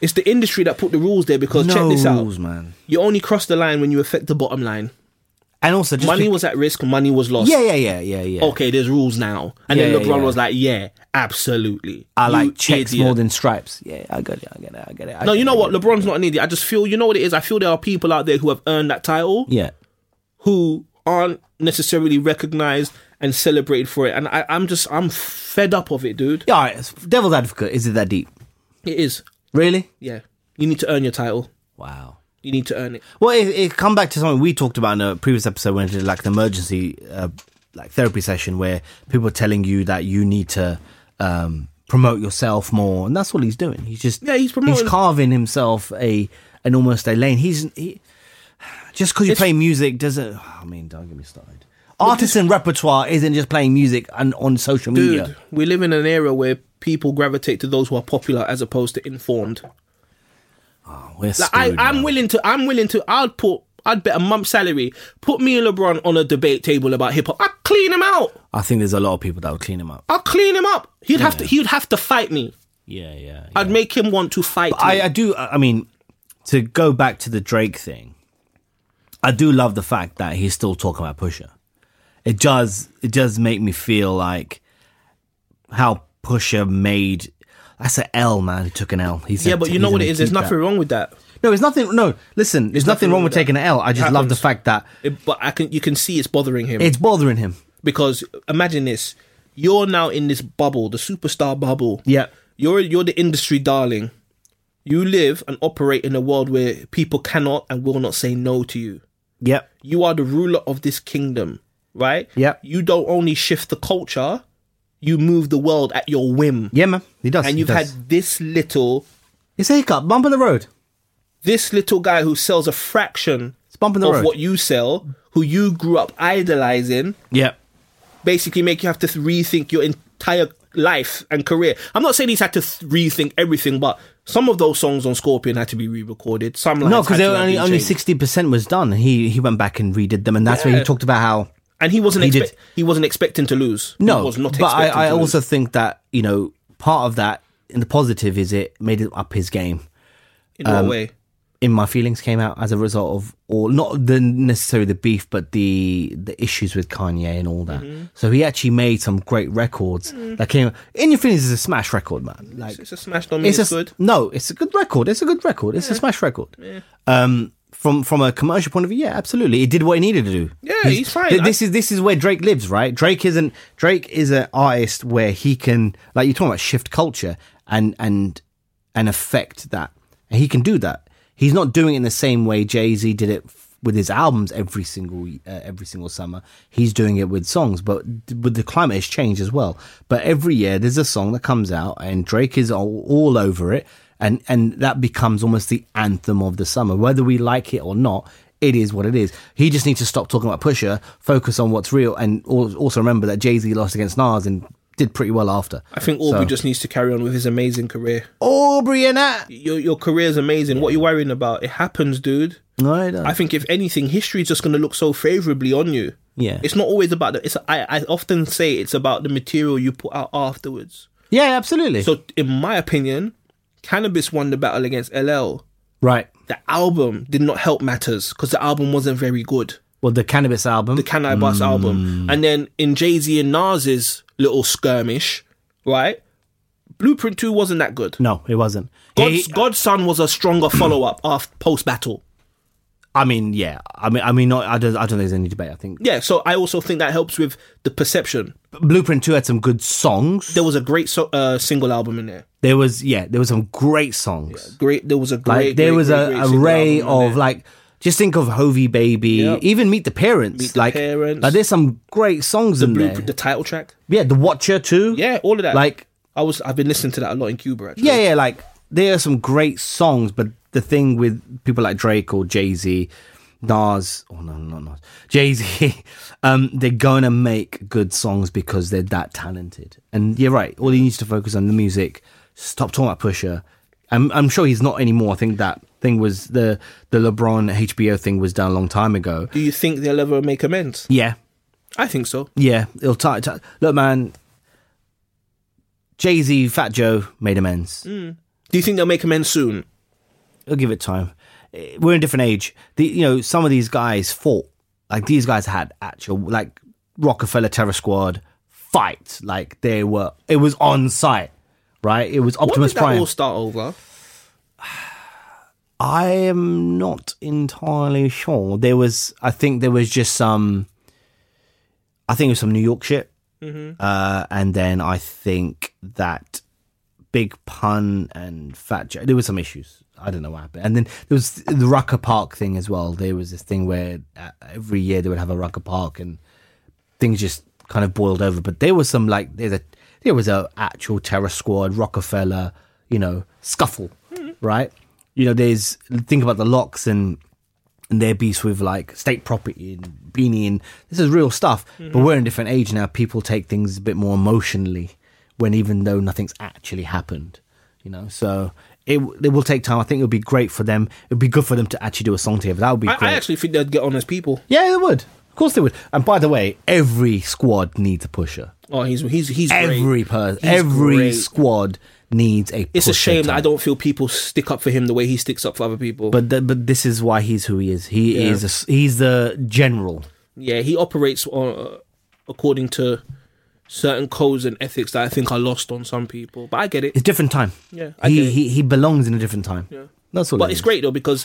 Speaker 4: It's the industry that put the rules there because
Speaker 3: No
Speaker 4: check this out.
Speaker 3: rules, man.
Speaker 4: You only cross the line when you affect the bottom line.
Speaker 3: and also just
Speaker 4: Money
Speaker 3: be-
Speaker 4: was Oh, at risk. Money was lost.
Speaker 3: yeah, yeah, yeah, yeah, yeah.
Speaker 4: Okay, there's rules now. And
Speaker 3: Yeah,
Speaker 4: then
Speaker 3: yeah,
Speaker 4: LeBron
Speaker 3: yeah.
Speaker 4: was like, "Yeah, absolutely."
Speaker 3: I
Speaker 4: You
Speaker 3: like checks
Speaker 4: idiot.
Speaker 3: more than stripes. Yeah, I got it. I get it. I get it. I
Speaker 4: No,
Speaker 3: get
Speaker 4: you
Speaker 3: it,
Speaker 4: know
Speaker 3: I
Speaker 4: what?
Speaker 3: get it.
Speaker 4: LeBron's not an idiot. I just feel, you know what it is. I feel there are people out there who have earned that title
Speaker 3: Yeah,
Speaker 4: who aren't necessarily recognized and celebrated for it. And I, I'm just, I'm fed up of it, dude.
Speaker 3: yeah. All right. Devil's advocate. Is it that deep?
Speaker 4: It is.
Speaker 3: Really?
Speaker 4: Yeah, you need to earn your title.
Speaker 3: Wow.
Speaker 4: You need to earn it.
Speaker 3: Well, it, it come back to something we talked about in a previous episode when we did like the emergency uh, like therapy session where people were telling you that you need to um, promote yourself more, and that's all he's doing. He's just
Speaker 4: Yeah, he's promoting-
Speaker 3: carving himself a an almost a lane. He's he, just because you
Speaker 4: It's-
Speaker 3: play music doesn't. I mean, don't get me started. Artisan repertoire isn't just playing music and on social media.
Speaker 4: Dude, we live in an era where people gravitate to those who are popular as opposed to informed.
Speaker 3: We're
Speaker 4: Like, I,
Speaker 3: screwed,
Speaker 4: I'm
Speaker 3: man.
Speaker 4: willing to. I'm willing to. I'd put. I'd bet a month's salary. Put me and LeBron on a debate table about hip hop. I'd clean him out.
Speaker 3: I think there's a lot of people that would clean him up.
Speaker 4: I'd clean him up. He'd have to. He'd have to fight me.
Speaker 3: Yeah, yeah.
Speaker 4: I'd make him want to fight. me.
Speaker 3: I, I do. I mean, to go back to the Drake thing, I do love the fact that he's still talking about Pusher. It does. It does make me feel like how Pusher made. That's an L, man. He took an L. He's
Speaker 4: yeah, but you know what it is. There's nothing
Speaker 3: That.
Speaker 4: wrong with that.
Speaker 3: No, it's nothing. No, listen. There's, nothing, wrong with
Speaker 4: that.
Speaker 3: taking an L. I just love the
Speaker 4: Happens.
Speaker 3: fact that
Speaker 4: It- but I can. You can see it's bothering him.
Speaker 3: it's bothering him.
Speaker 4: because imagine this you're now in this bubble the superstar bubble
Speaker 3: Yeah.
Speaker 4: you're you're the industry darling you live and operate in a world where people cannot and will not say no to you
Speaker 3: Yep.
Speaker 4: you are the ruler of this kingdom right
Speaker 3: Yep.
Speaker 4: you don't only shift the culture you move the world at your whim
Speaker 3: Yeah, man. He does.
Speaker 4: and
Speaker 3: he
Speaker 4: you've
Speaker 3: does.
Speaker 4: had this little
Speaker 3: it's a hiccup. Bump on the road.
Speaker 4: this little guy who sells a fraction
Speaker 3: It's bump in the
Speaker 4: of
Speaker 3: road.
Speaker 4: what you sell who you grew up idolizing
Speaker 3: Yep.
Speaker 4: basically make you have to th- rethink your entire life and career. I'm not saying he's had to th- rethink everything, but some of those songs on Scorpion had to be re-recorded. Some lines
Speaker 3: No, because
Speaker 4: had to have
Speaker 3: only
Speaker 4: been
Speaker 3: only
Speaker 4: changed.
Speaker 3: sixty percent was done. He he went back and redid them, and that's where he
Speaker 4: Yeah.
Speaker 3: talked about how
Speaker 4: and he wasn't
Speaker 3: he
Speaker 4: he, expe-
Speaker 3: did.
Speaker 4: he wasn't expecting to lose.
Speaker 3: No,
Speaker 4: he was not.
Speaker 3: but
Speaker 4: expecting
Speaker 3: I, I
Speaker 4: to lose.
Speaker 3: also think that you know part of that in the positive is it made it up his game.
Speaker 4: in
Speaker 3: um,
Speaker 4: what way?
Speaker 3: In my feelings came out as a result of all not the necessarily the beef, but the the issues with Kanye and all that.
Speaker 4: Mm-hmm.
Speaker 3: So he actually made some great records
Speaker 4: Mm.
Speaker 3: that came. In your feelings is a smash record, man. Like
Speaker 4: It's a smash on me. It's,
Speaker 3: a
Speaker 4: good.
Speaker 3: No, it's a good record. It's a good record. It's a smash record. Um, from from a commercial point of view, yeah, absolutely. It did what it needed to do.
Speaker 4: Yeah, he's fine.
Speaker 3: th- this is this is where Drake lives, right? Drake isn't Drake is an artist where he can like you're talking about shift culture and and and affect that. And he can do that. He's not doing it in the same way Jay Z did it f- with his albums every single uh, every single summer. He's doing it with songs, but d- with the climate has changed as well. But every year there's a song that comes out, and Drake is all, all over it, and and that becomes almost the anthem of the summer, whether we like it or not. It is what it is. He just needs to stop talking about Pusher, focus on what's real, and al- also remember that Jay Z lost against Nas and did pretty well after.
Speaker 4: I think Aubrey
Speaker 3: So-
Speaker 4: just needs to carry on with his amazing career.
Speaker 3: Aubrey and that.
Speaker 4: Your your career is amazing. What are you worrying about? It happens, dude.
Speaker 3: No, I don't.
Speaker 4: I think if anything, history is just going to look so favorably on you.
Speaker 3: Yeah.
Speaker 4: it's not always about the. It's I, I often say it's about the material you put out afterwards.
Speaker 3: yeah, absolutely.
Speaker 4: So in my opinion, Cannabis won the battle against LL.
Speaker 3: right.
Speaker 4: The album did not help matters because the album wasn't very good.
Speaker 3: Well, the cannabis album.
Speaker 4: The Cannabis album, and then in Jay Z and Nas's little skirmish, right? Blueprint Two wasn't that good.
Speaker 3: no, it wasn't.
Speaker 4: God's,
Speaker 3: He-
Speaker 4: God's Son was a stronger follow up after post battle.
Speaker 3: I mean, yeah. I mean, I mean, not, I don't. I don't think there's any debate. I think
Speaker 4: Yeah, so I also think that helps with the perception.
Speaker 3: Blueprint Two had some good songs.
Speaker 4: There was a great so- uh, single album in there.
Speaker 3: There was, yeah, there was some great songs.
Speaker 4: Great, there was a great.
Speaker 3: Like there
Speaker 4: great,
Speaker 3: was
Speaker 4: great,
Speaker 3: a
Speaker 4: great single
Speaker 3: array
Speaker 4: album in
Speaker 3: of
Speaker 4: there.
Speaker 3: like just think of Hovey Baby,
Speaker 4: Yep.
Speaker 3: even Meet the Parents.
Speaker 4: the
Speaker 3: like,
Speaker 4: Parents.
Speaker 3: like there's some great songs in there.
Speaker 4: Blueprint, the title track.
Speaker 3: yeah, The Watcher too.
Speaker 4: Yeah, all of that.
Speaker 3: Like
Speaker 4: I was, I've been listening to that a lot in Cuba. Actually.
Speaker 3: yeah, yeah, like there are some great songs, but the thing with people like Drake or Jay Z, Nas, oh no, not Nas, Jay Z, um, they're gonna make good songs because they're that talented. And you're right. All he needs to focus on the music. Stop talking about Pusher. I'm, I'm sure he's not anymore. I think that thing was the the LeBron HBO thing was done a long time ago.
Speaker 4: Do you think they'll ever make amends?
Speaker 3: Yeah,
Speaker 4: I think so.
Speaker 3: yeah. It'll t- t- look, man. Jay Z, Fat Joe made amends.
Speaker 4: Do you think they'll make amends soon?
Speaker 3: I'll give it time. Eh, We're in a different age. The, you know, some of these guys fought. Like these guys had actual like Rockefeller Terror Squad fight. Like they were. It was on site, right? It was
Speaker 4: What did
Speaker 3: Optimus
Speaker 4: that
Speaker 3: Prime.
Speaker 4: all start over?
Speaker 3: I am not entirely sure. There was. I think there was just some. I think it was some New York shit. Uh, and then I think that Big Pun and Fat Joe, there were some issues. I don't know what happened. And then there was the Rucker Park thing as well. There was this thing where uh, every year they would have a Rucker Park and things just kind of boiled over. But there was some like, there's a, there was a actual terror squad, Rockefeller, you know, scuffle, right? You know, there's, think about the locks and, and their beefs with like state property and beanie and this is real stuff but we're in a different age now people take things a bit more emotionally when even though nothing's actually happened you know so it, w- it will take time i think it would be great for them it would be good for them to actually do a song together that would be
Speaker 4: I,
Speaker 3: great
Speaker 4: I actually think they'd get on as people.
Speaker 3: yeah it would of course they would and by the way every squad needs a pusher
Speaker 4: Oh, he's he's he's
Speaker 3: every
Speaker 4: great.
Speaker 3: person
Speaker 4: He's
Speaker 3: every
Speaker 4: great.
Speaker 3: squad needs a
Speaker 4: It's a shame that I
Speaker 3: don't.
Speaker 4: don't feel people stick up for him the way he sticks up for other people.
Speaker 3: but, th- but this is why he's who he is. He
Speaker 4: Yeah.
Speaker 3: is a s he's the general.
Speaker 4: yeah, he operates on, uh, according to certain codes and ethics that I think are lost on some people. But I get it.
Speaker 3: It's different time.
Speaker 4: Yeah, I get
Speaker 3: he,
Speaker 4: it.
Speaker 3: he he belongs in a different time. Yeah, that's all.
Speaker 4: But
Speaker 3: it
Speaker 4: it's
Speaker 3: is.
Speaker 4: great though because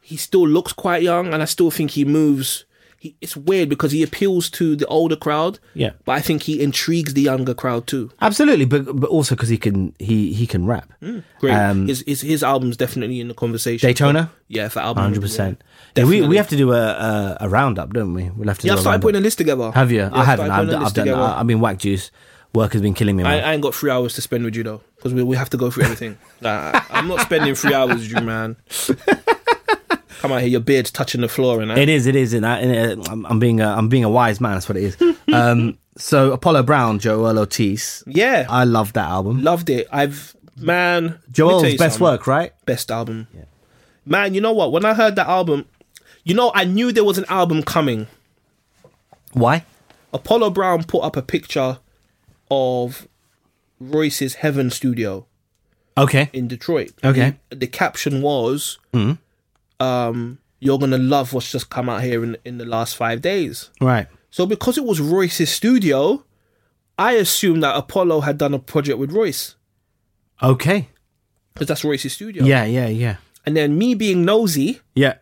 Speaker 4: he still looks quite young, and I still think he moves. He, it's weird because he appeals to the older crowd.
Speaker 3: Yeah.
Speaker 4: but I think he intrigues the younger crowd too.
Speaker 3: Absolutely, but but also because he can he he can rap.
Speaker 4: Mm, Great.
Speaker 3: Um,
Speaker 4: his, his his album's definitely in the conversation.
Speaker 3: Daytona,
Speaker 4: Yeah, for album.
Speaker 3: hundred percent. Yeah, we we have to do a, a a roundup, don't we? We'll have to.
Speaker 4: Yeah,
Speaker 3: do
Speaker 4: I've
Speaker 3: a
Speaker 4: started
Speaker 3: roundup.
Speaker 4: putting a list together.
Speaker 3: Have you?
Speaker 4: Yeah,
Speaker 3: I haven't.
Speaker 4: started
Speaker 3: I've,
Speaker 4: putting a
Speaker 3: I've
Speaker 4: list
Speaker 3: done.
Speaker 4: together.
Speaker 3: I, have been whack juice. Work has been killing me.
Speaker 4: I,
Speaker 3: Man.
Speaker 4: I ain't got three hours to spend with you though, because we, we have to go through everything. nah, I- I'm not spending three hours with you, man. Come out here, your beard's touching the floor, and I,
Speaker 3: it is. It is. And, I, and uh, I'm, I'm being a, I'm being a wise man. That's what it is. um. So Apollo Brown, Joel Ortiz.
Speaker 4: yeah, I
Speaker 3: I love that album.
Speaker 4: loved it. I've man, let me
Speaker 3: Joel's
Speaker 4: tell you
Speaker 3: best
Speaker 4: something.
Speaker 3: work, right?
Speaker 4: best album. Man, you know what? When I heard that album, you know, I knew there was an album coming.
Speaker 3: Why?
Speaker 4: Apollo Brown put up a picture of Royce's Heaven Studio.
Speaker 3: Okay.
Speaker 4: in Detroit.
Speaker 3: Okay. Mm.
Speaker 4: The, the caption was, um, "You're gonna love what's just come out here in in the last five days."
Speaker 3: Right.
Speaker 4: So because it was Royce's studio, I assumed that Apollo had done a project with Royce
Speaker 3: Okay.
Speaker 4: because that's Royce's studio.
Speaker 3: Yeah. Yeah. Yeah.
Speaker 4: And then me being nosy,
Speaker 3: Yeah.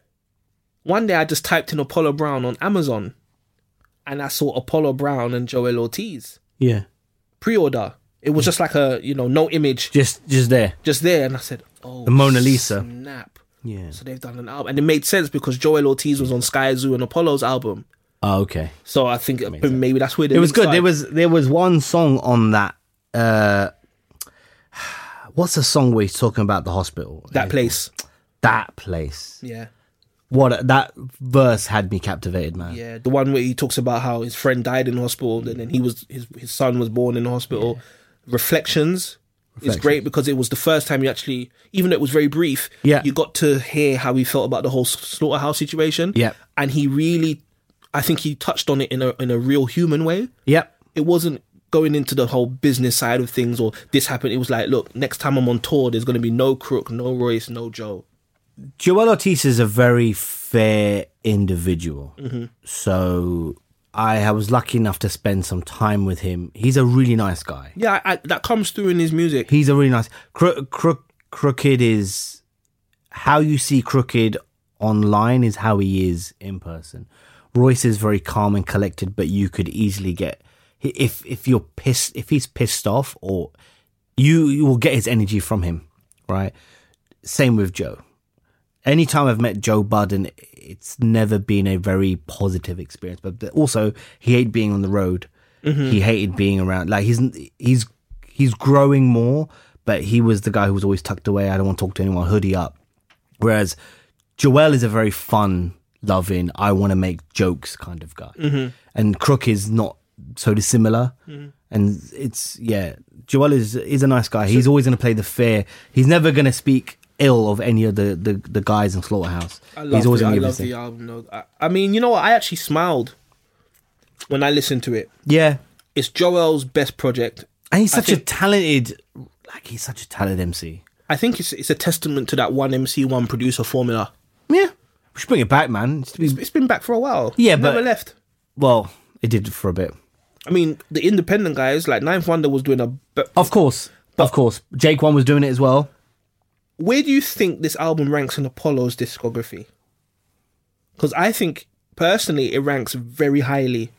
Speaker 4: one day I just typed in Apollo Brown on Amazon, and I saw Apollo Brown and Joel Ortiz
Speaker 3: Yeah.
Speaker 4: pre-order. It was just like a you know no image,
Speaker 3: Just just there.
Speaker 4: just there, and I said, "Oh,
Speaker 3: The Mona Lisa.
Speaker 4: Snap.
Speaker 3: Yeah.
Speaker 4: So they've done an album, and it made sense because Joel Ortiz was on Sky Zoo and Apollo's album.
Speaker 3: Oh, okay.
Speaker 4: So I think maybe that's where
Speaker 3: it was good. There was there was one song on that. Uh, what's the song we're talking about? The hospital.
Speaker 4: that place.
Speaker 3: That place.
Speaker 4: Yeah,
Speaker 3: What a- that verse had me captivated, man.
Speaker 4: yeah, the one where he talks about how his friend died in hospital, and then he was his his son was born in hospital. Reflections. is great because it was the first time you actually, even though it was very brief,
Speaker 3: Yeah.
Speaker 4: you got to hear how he felt about the whole s- slaughterhouse situation.
Speaker 3: Yeah.
Speaker 4: and he really, I think he touched on it in a in a real human way.
Speaker 3: Yep.
Speaker 4: it wasn't going into the whole business side of things or this happened. It was like, look, next time I'm on tour, there's going to be no Crook, no Royce, no Joe.
Speaker 3: Joel Ortiz is a very fair individual. So I, I was lucky enough to spend some time with him. He's a really nice guy.
Speaker 4: Yeah, I, I, that comes through in his music.
Speaker 3: He's a really nice. Crook, crook, crooked is how you see crooked online is how he is in person. Royce is very calm and collected, but you could easily get if if you're pissed if he's pissed off or you you will get his energy from him, right? Same with Joe. Anytime I've met Joe Budden, it's never been a very positive experience. But th- also, he hated being on the road. He hated being around. Like he's he's he's growing more, but he was the guy who was always tucked away. I don't want to talk to anyone. Hoodie up. Whereas Joel is a very fun, loving, I want to make jokes kind of guy.
Speaker 4: Mm-hmm.
Speaker 3: And Crook is not so dissimilar. And it's, yeah, Joel is, is a nice guy. He's always going to play the fair. He's never going to speak ill of any of the, the, the guys in Slaughterhouse.
Speaker 4: I love,
Speaker 3: He's always
Speaker 4: the,
Speaker 3: going
Speaker 4: I
Speaker 3: to give
Speaker 4: love
Speaker 3: his
Speaker 4: the
Speaker 3: thing.
Speaker 4: album. No, I, I mean, you know what? I actually smiled when I listened to it.
Speaker 3: Yeah.
Speaker 4: It's Joel's best project.
Speaker 3: And he's such a
Speaker 4: think-
Speaker 3: talented, like, he's such a talented MC.
Speaker 4: I think it's it's a testament to that one MC, one producer formula.
Speaker 3: Yeah. We should bring it back, man. It's- we-
Speaker 4: It's been back for a while.
Speaker 3: Mm. Yeah,
Speaker 4: Never
Speaker 3: but-
Speaker 4: left.
Speaker 3: well, it did for a bit.
Speaker 4: I mean, the independent guys like Ninth Wonder was doing a. But
Speaker 3: Of course. Of course. Jake One was doing it as well.
Speaker 4: where do you think this album ranks in Apollo's discography? Because I think personally, it ranks very highly.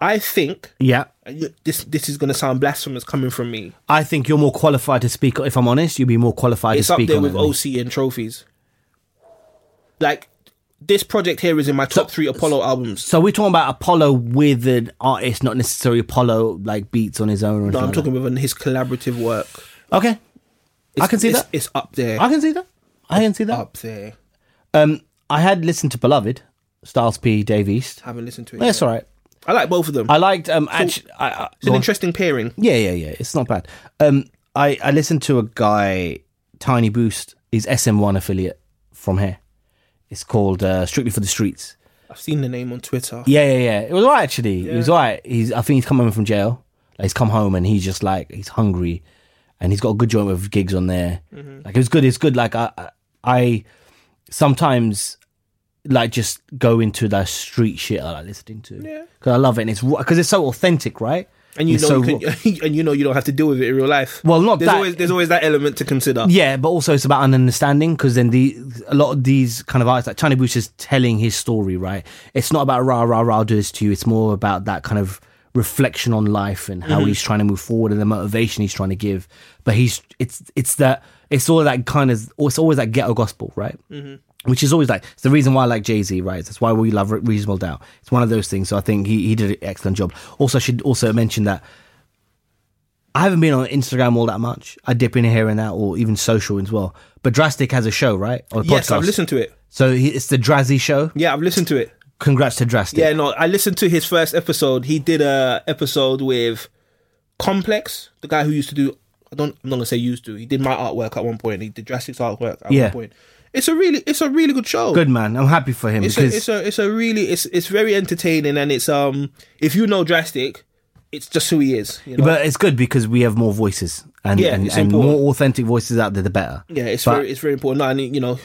Speaker 4: I think
Speaker 3: Yeah.
Speaker 4: and you- this this is going to sound blasphemous coming from me.
Speaker 3: I think you're more qualified to speak. If I'm honest, you'd be more qualified
Speaker 4: it's
Speaker 3: to
Speaker 4: up
Speaker 3: speak
Speaker 4: there
Speaker 3: on
Speaker 4: with
Speaker 3: it. than me.
Speaker 4: OC and trophies. Like this project here is in my top three Apollo albums.
Speaker 3: So we're talking about Apollo with an artist, not necessarily Apollo like beats on his own. Or
Speaker 4: No,
Speaker 3: anything
Speaker 4: I'm
Speaker 3: like
Speaker 4: talking about his collaborative work.
Speaker 3: That. Okay, I
Speaker 4: It's-
Speaker 3: can see
Speaker 4: it's,
Speaker 3: that.
Speaker 4: It's up there.
Speaker 3: I can see that. I can see that.
Speaker 4: up there. Oh.
Speaker 3: Um, I had listened to Beloved, Styles P, Dave East.
Speaker 4: Haven't listened to it.
Speaker 3: That's
Speaker 4: yet.
Speaker 3: all right.
Speaker 4: I like both of them.
Speaker 3: I liked um. Actually, I, I,
Speaker 4: it's an interesting pairing.
Speaker 3: Yeah, yeah, yeah. It's not bad. Um, I I listened to a guy, Tiny Boost, his SM1 affiliate from here. It's called uh, Strictly for the Streets.
Speaker 4: I've seen the name on Twitter.
Speaker 3: Yeah, yeah, yeah. It was alright actually. It was alright. He's I think he's come home from jail. Like, he's come home and he's just like he's hungry, and he's got a good joint with gigs on there.
Speaker 4: Mm-hmm.
Speaker 3: Like it was good. It's good. Like I, I- I sometimes like just go into that street shit I like listening to.
Speaker 4: Yeah.
Speaker 3: because I love it and it's because it's so authentic, right?
Speaker 4: And you
Speaker 3: It's
Speaker 4: know,
Speaker 3: so
Speaker 4: you
Speaker 3: raw.
Speaker 4: can, and you know, you don't have to deal with it in real life.
Speaker 3: Well, not
Speaker 4: there's
Speaker 3: that-
Speaker 4: always there's always that element to consider.
Speaker 3: Yeah, but also it's about an understanding because then the a lot of these kind of artists like Tiny Boots is telling his story, right? It's not about rah rah rah I'll do this to you. It's more about that kind of reflection on life and how he's trying to move forward and the motivation he's trying to give. But he's it's it's that it's all that kind of it's always that ghetto gospel, right? Which is always like it's the reason why I like Jay Z, right? That's why we love Re- Reasonable Doubt. It's one of those things. So I think he he did an excellent job. Also, I should also mention that I haven't been on Instagram all that much. I dip in here and out, or even social as well. But Drastic has a show, right? Or a
Speaker 4: Yes,
Speaker 3: podcast.
Speaker 4: I've listened to it.
Speaker 3: So he, it's the Drazzy show.
Speaker 4: Yeah, I've listened to it.
Speaker 3: Congrats to Drastic.
Speaker 4: Yeah, no, I listened to his first episode. He did a episode with Complex, the guy who used to do. I don't. I'm not gonna say used to. He did my artwork at one point. He did Drastic's artwork at
Speaker 3: Yeah.
Speaker 4: one point. It's a really, it's a really good show.
Speaker 3: Good man. I'm happy for him
Speaker 4: It's a,
Speaker 3: because
Speaker 4: it's a, it's a really, it's, it's very entertaining, and it's um, if you know Drastic, it's just who he is. You know?
Speaker 3: but it's good because we have more voices and
Speaker 4: Yeah,
Speaker 3: and,
Speaker 4: it's
Speaker 3: and
Speaker 4: important.
Speaker 3: more authentic voices out there, the better.
Speaker 4: Yeah, it's
Speaker 3: But-
Speaker 4: very it's very important. No, and you know,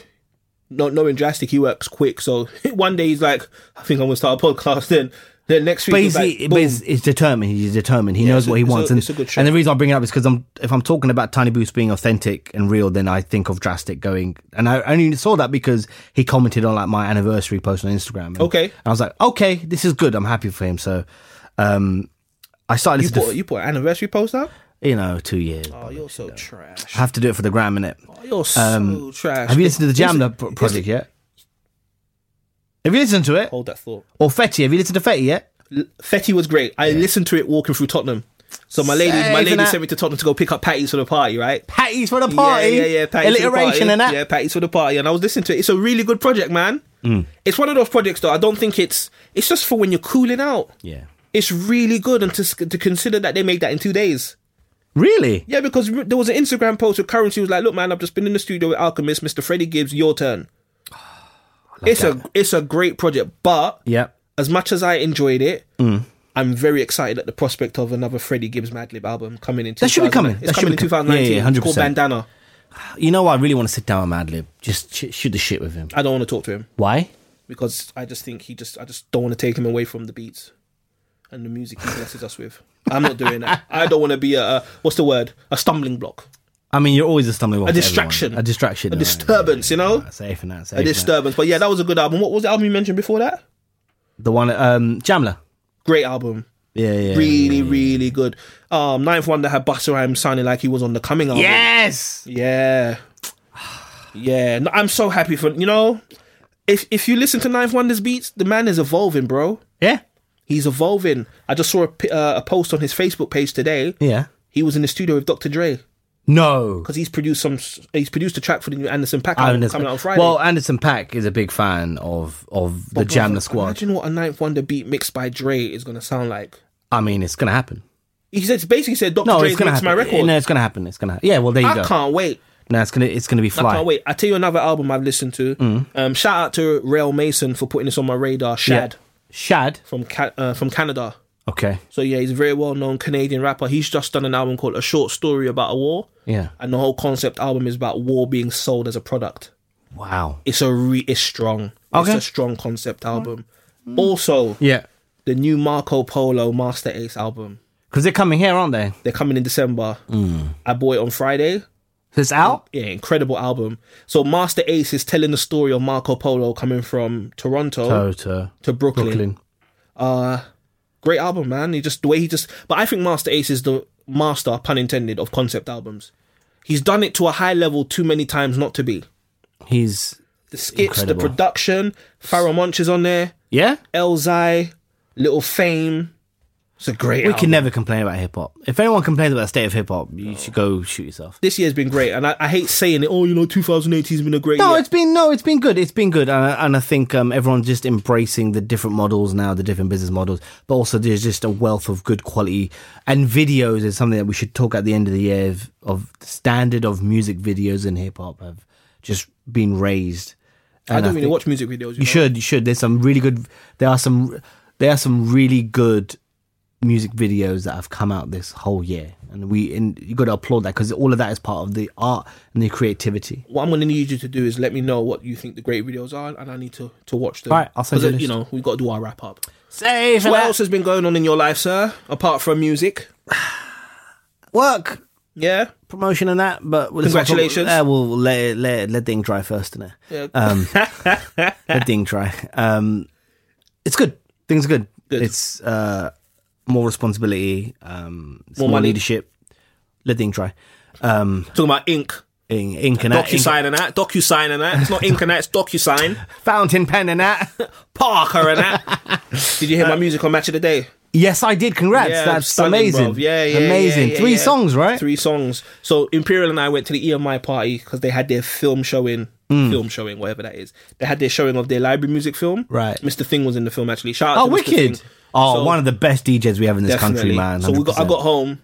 Speaker 4: not knowing drastic, he works quick. So one day he's like, I think I'm gonna start a podcast. Then then next week
Speaker 3: But
Speaker 4: he's
Speaker 3: he's,
Speaker 4: like,
Speaker 3: he- but
Speaker 4: boom.
Speaker 3: he's, he's determined. He's determined. He knows
Speaker 4: it's a-
Speaker 3: what he
Speaker 4: it's a-
Speaker 3: wants. and,
Speaker 4: it's a good show.
Speaker 3: and the reason I bring it up is because I'm if I'm talking about Tiny Boots being authentic and real, then I think of Drastic going. And I only saw that because he commented on like my anniversary post on Instagram. And-
Speaker 4: Okay.
Speaker 3: and I was like, okay, this is good. I'm happy for him. So, um, I started
Speaker 4: you
Speaker 3: listening.
Speaker 4: put
Speaker 3: to,
Speaker 4: you put an anniversary post up.
Speaker 3: you know, two years.
Speaker 4: Oh, you're so trash.
Speaker 3: I have to do it for the gram minute.
Speaker 4: Oh, you're so trash.
Speaker 3: Um, Have you listened to the Jam
Speaker 4: Listen-
Speaker 3: Lab pro- project yet? Have you listened to it?
Speaker 4: Hold that thought.
Speaker 3: Or Fetty? Have you listened to Fetty yet?
Speaker 4: L- Fetty was great. I listened to it walking through Tottenham. So my lady, my
Speaker 3: Saving
Speaker 4: lady
Speaker 3: that.
Speaker 4: sent me to Tottenham to go pick up patties for the party, right?
Speaker 3: Patties for the party.
Speaker 4: Yeah, yeah, yeah. Patties for the
Speaker 3: Alliteration
Speaker 4: party.
Speaker 3: and that.
Speaker 4: Yeah, patties for the party. And I was listening to it. It's a really good project, man.
Speaker 3: Mm.
Speaker 4: It's one of those projects though. I don't think it's. It's just for when you're cooling out.
Speaker 3: yeah.
Speaker 4: It's really good, and to s- to consider that they made that in two days.
Speaker 3: Really?
Speaker 4: Yeah, because re- there was an Instagram post with Currency who was like, "Look, man, I've just been in the studio with Alchemist, Mr. Freddie Gibbs. Your turn." It's a it's a great project, but
Speaker 3: Yep.
Speaker 4: as much as I enjoyed it,
Speaker 3: Mm.
Speaker 4: I'm very excited at the prospect of another Freddie Gibbs Madlib album coming in.
Speaker 3: That should be
Speaker 4: 2000
Speaker 3: coming.
Speaker 4: It's
Speaker 3: That should
Speaker 4: coming
Speaker 3: be
Speaker 4: in
Speaker 3: com-
Speaker 4: 2019.
Speaker 3: Yeah, yeah,
Speaker 4: It's called
Speaker 3: 100%.
Speaker 4: Bandana.
Speaker 3: You know, what? I really want to sit down with Madlib. Just sh- shoot the shit with him.
Speaker 4: I don't want to talk to him
Speaker 3: Why?
Speaker 4: because I just think he just I just don't want to take him away from the beats and the music he blesses us with. I'm not doing that. I don't want to be a, a what's the word a stumbling block.
Speaker 3: I mean, you're always a stumbling block.
Speaker 4: A
Speaker 3: to everyone.
Speaker 4: distraction.
Speaker 3: A distraction.
Speaker 4: A
Speaker 3: no, no, no,
Speaker 4: disturbance, you know?
Speaker 3: no, Safe and that. Safe
Speaker 4: A
Speaker 3: in that.
Speaker 4: disturbance. But yeah, that was a good album. What was the album you mentioned before that?
Speaker 3: The one, um, Jamla.
Speaker 4: Great album.
Speaker 3: Yeah, yeah.
Speaker 4: Really, really good. Um, Ninth Wonder had Busta Rhymes sounding like he was on the coming album.
Speaker 3: Yes.
Speaker 4: Yeah. Yeah. No, I'm so happy for you know, if if you listen to Ninth Wonders beats, the man is evolving, bro.
Speaker 3: Yeah.
Speaker 4: He's evolving. I just saw a, pi- uh, a post on his Facebook page today.
Speaker 3: Yeah.
Speaker 4: He was in the studio with Dr. Dre
Speaker 3: No.
Speaker 4: because he's produced some. s- He's produced a track for the new Anderson Paak album
Speaker 3: Anderson-
Speaker 4: coming out on Friday.
Speaker 3: Well, Anderson Pack is a big fan of of
Speaker 4: Bro,
Speaker 3: the Jamla squad.
Speaker 4: Imagine what a Ninth Wonder beat mixed by Dre is gonna sound like.
Speaker 3: I mean, it's gonna happen.
Speaker 4: He said basically said Dr.
Speaker 3: No,
Speaker 4: Dre
Speaker 3: it's gonna
Speaker 4: mixed
Speaker 3: happen.
Speaker 4: my record.
Speaker 3: No, it's gonna happen. It's gonna. Yeah. Well, there you
Speaker 4: I
Speaker 3: go.
Speaker 4: can't wait.
Speaker 3: No, it's gonna it's gonna be
Speaker 4: I
Speaker 3: fly.
Speaker 4: can't wait. I tell you another album I've listened to.
Speaker 3: Mm.
Speaker 4: Um, shout out to Rail Mason for putting this on my radar. Shad.
Speaker 3: Shad.
Speaker 4: from Ca- uh, from Canada.
Speaker 3: Okay.
Speaker 4: So yeah, he's a very well known Canadian rapper. He's just done an album called A Short Story About a War.
Speaker 3: Yeah.
Speaker 4: And the whole concept album is about war being sold as a product.
Speaker 3: Wow.
Speaker 4: It's a re- it's strong.
Speaker 3: Okay. Mm.
Speaker 4: It's a strong concept album. Also,
Speaker 3: Yeah.
Speaker 4: the new Marco Polo Master Ace album.
Speaker 3: Because they're coming here, aren't they?
Speaker 4: They're coming in December.
Speaker 3: Mm.
Speaker 4: I bought it on Friday.
Speaker 3: It's out.
Speaker 4: Yeah, incredible album. So Master Ace is telling the story of Marco Polo coming from Toronto
Speaker 3: Toto.
Speaker 4: to Brooklyn.
Speaker 3: Brooklyn.
Speaker 4: great album, man. He just the way he just. But I think Master Ace is the master, pun intended, of concept albums. He's done it to a high level too many times not to be.
Speaker 3: He's
Speaker 4: The skits,
Speaker 3: Incredible.
Speaker 4: the production, Pharaoh Monch is on there,
Speaker 3: yeah.
Speaker 4: Elzai, Little Fame. It's a great.
Speaker 3: We
Speaker 4: album.
Speaker 3: can never complain about hip hop. If anyone complains about the state of hip hop, you should go shoot yourself.
Speaker 4: This year's been great, and I, I hate saying it. Oh, you know, 2018 has been a great
Speaker 3: No,
Speaker 4: year.
Speaker 3: it's been no, it's been good. It's been good, and I, and I think um, everyone's just embracing the different models now, the different business models. But also, there's just a wealth of good quality, and videos is something that we should talk at the end of the year of, of the standard of music videos in hip hop have just been raised.
Speaker 4: I
Speaker 3: And
Speaker 4: don't really
Speaker 3: think-
Speaker 4: watch music videos. You,
Speaker 3: You
Speaker 4: know?
Speaker 3: should, you should. There's some really good. There are some. There are some really good music videos that have come out this whole year, and we and you got to applaud that because all of that is part of the art and the creativity.
Speaker 4: What I'm going to need you to do is let me know what you think the great videos are, and I need to to watch them.
Speaker 3: All right, I'll send
Speaker 4: 'Cause,
Speaker 3: you a
Speaker 4: uh, You know, we got to do our wrap up.
Speaker 3: Save
Speaker 4: What else has been going on in your life, sir? Apart from music,
Speaker 3: work.
Speaker 4: yeah.
Speaker 3: promotion and that. But we'll-
Speaker 4: Congratulations.
Speaker 3: Uh, we'll let it- let it- let thing dry first, innit?
Speaker 4: Yeah.
Speaker 3: Um, let thing dry. Um, it's good. Things are good.
Speaker 4: Good.
Speaker 3: It's uh, more responsibility. Um, it's
Speaker 4: More
Speaker 3: more,
Speaker 4: money.
Speaker 3: leadership. Let thing dry. Um,
Speaker 4: Talking about ink,
Speaker 3: in, ink and that. ink-
Speaker 4: DocuSign and that, DocuSign and that. It's not ink and that, it's DocuSign.
Speaker 3: fountain pen and that.
Speaker 4: Parker and that. Did you hear
Speaker 3: Uh,
Speaker 4: my music on Match of the Day?
Speaker 3: yes, I did. Congrats. That's
Speaker 4: stunning,
Speaker 3: amazing.
Speaker 4: bruv. Yeah, yeah,
Speaker 3: amazing.
Speaker 4: yeah, yeah,
Speaker 3: Three
Speaker 4: yeah.
Speaker 3: songs, right?
Speaker 4: Three songs. So Imperial and I went to the EMI party because they had their film showing,
Speaker 3: Hmm.
Speaker 4: film showing, whatever that is. They had their showing of their library music film.
Speaker 3: Right.
Speaker 4: Mr. Thing was in the film actually. Shout out
Speaker 3: Oh,
Speaker 4: to Mr.
Speaker 3: wicked.
Speaker 4: Thing.
Speaker 3: Oh,
Speaker 4: So-
Speaker 3: one of the best DJs we have in this country, man.
Speaker 4: So we got, I
Speaker 3: 100%.
Speaker 4: got home,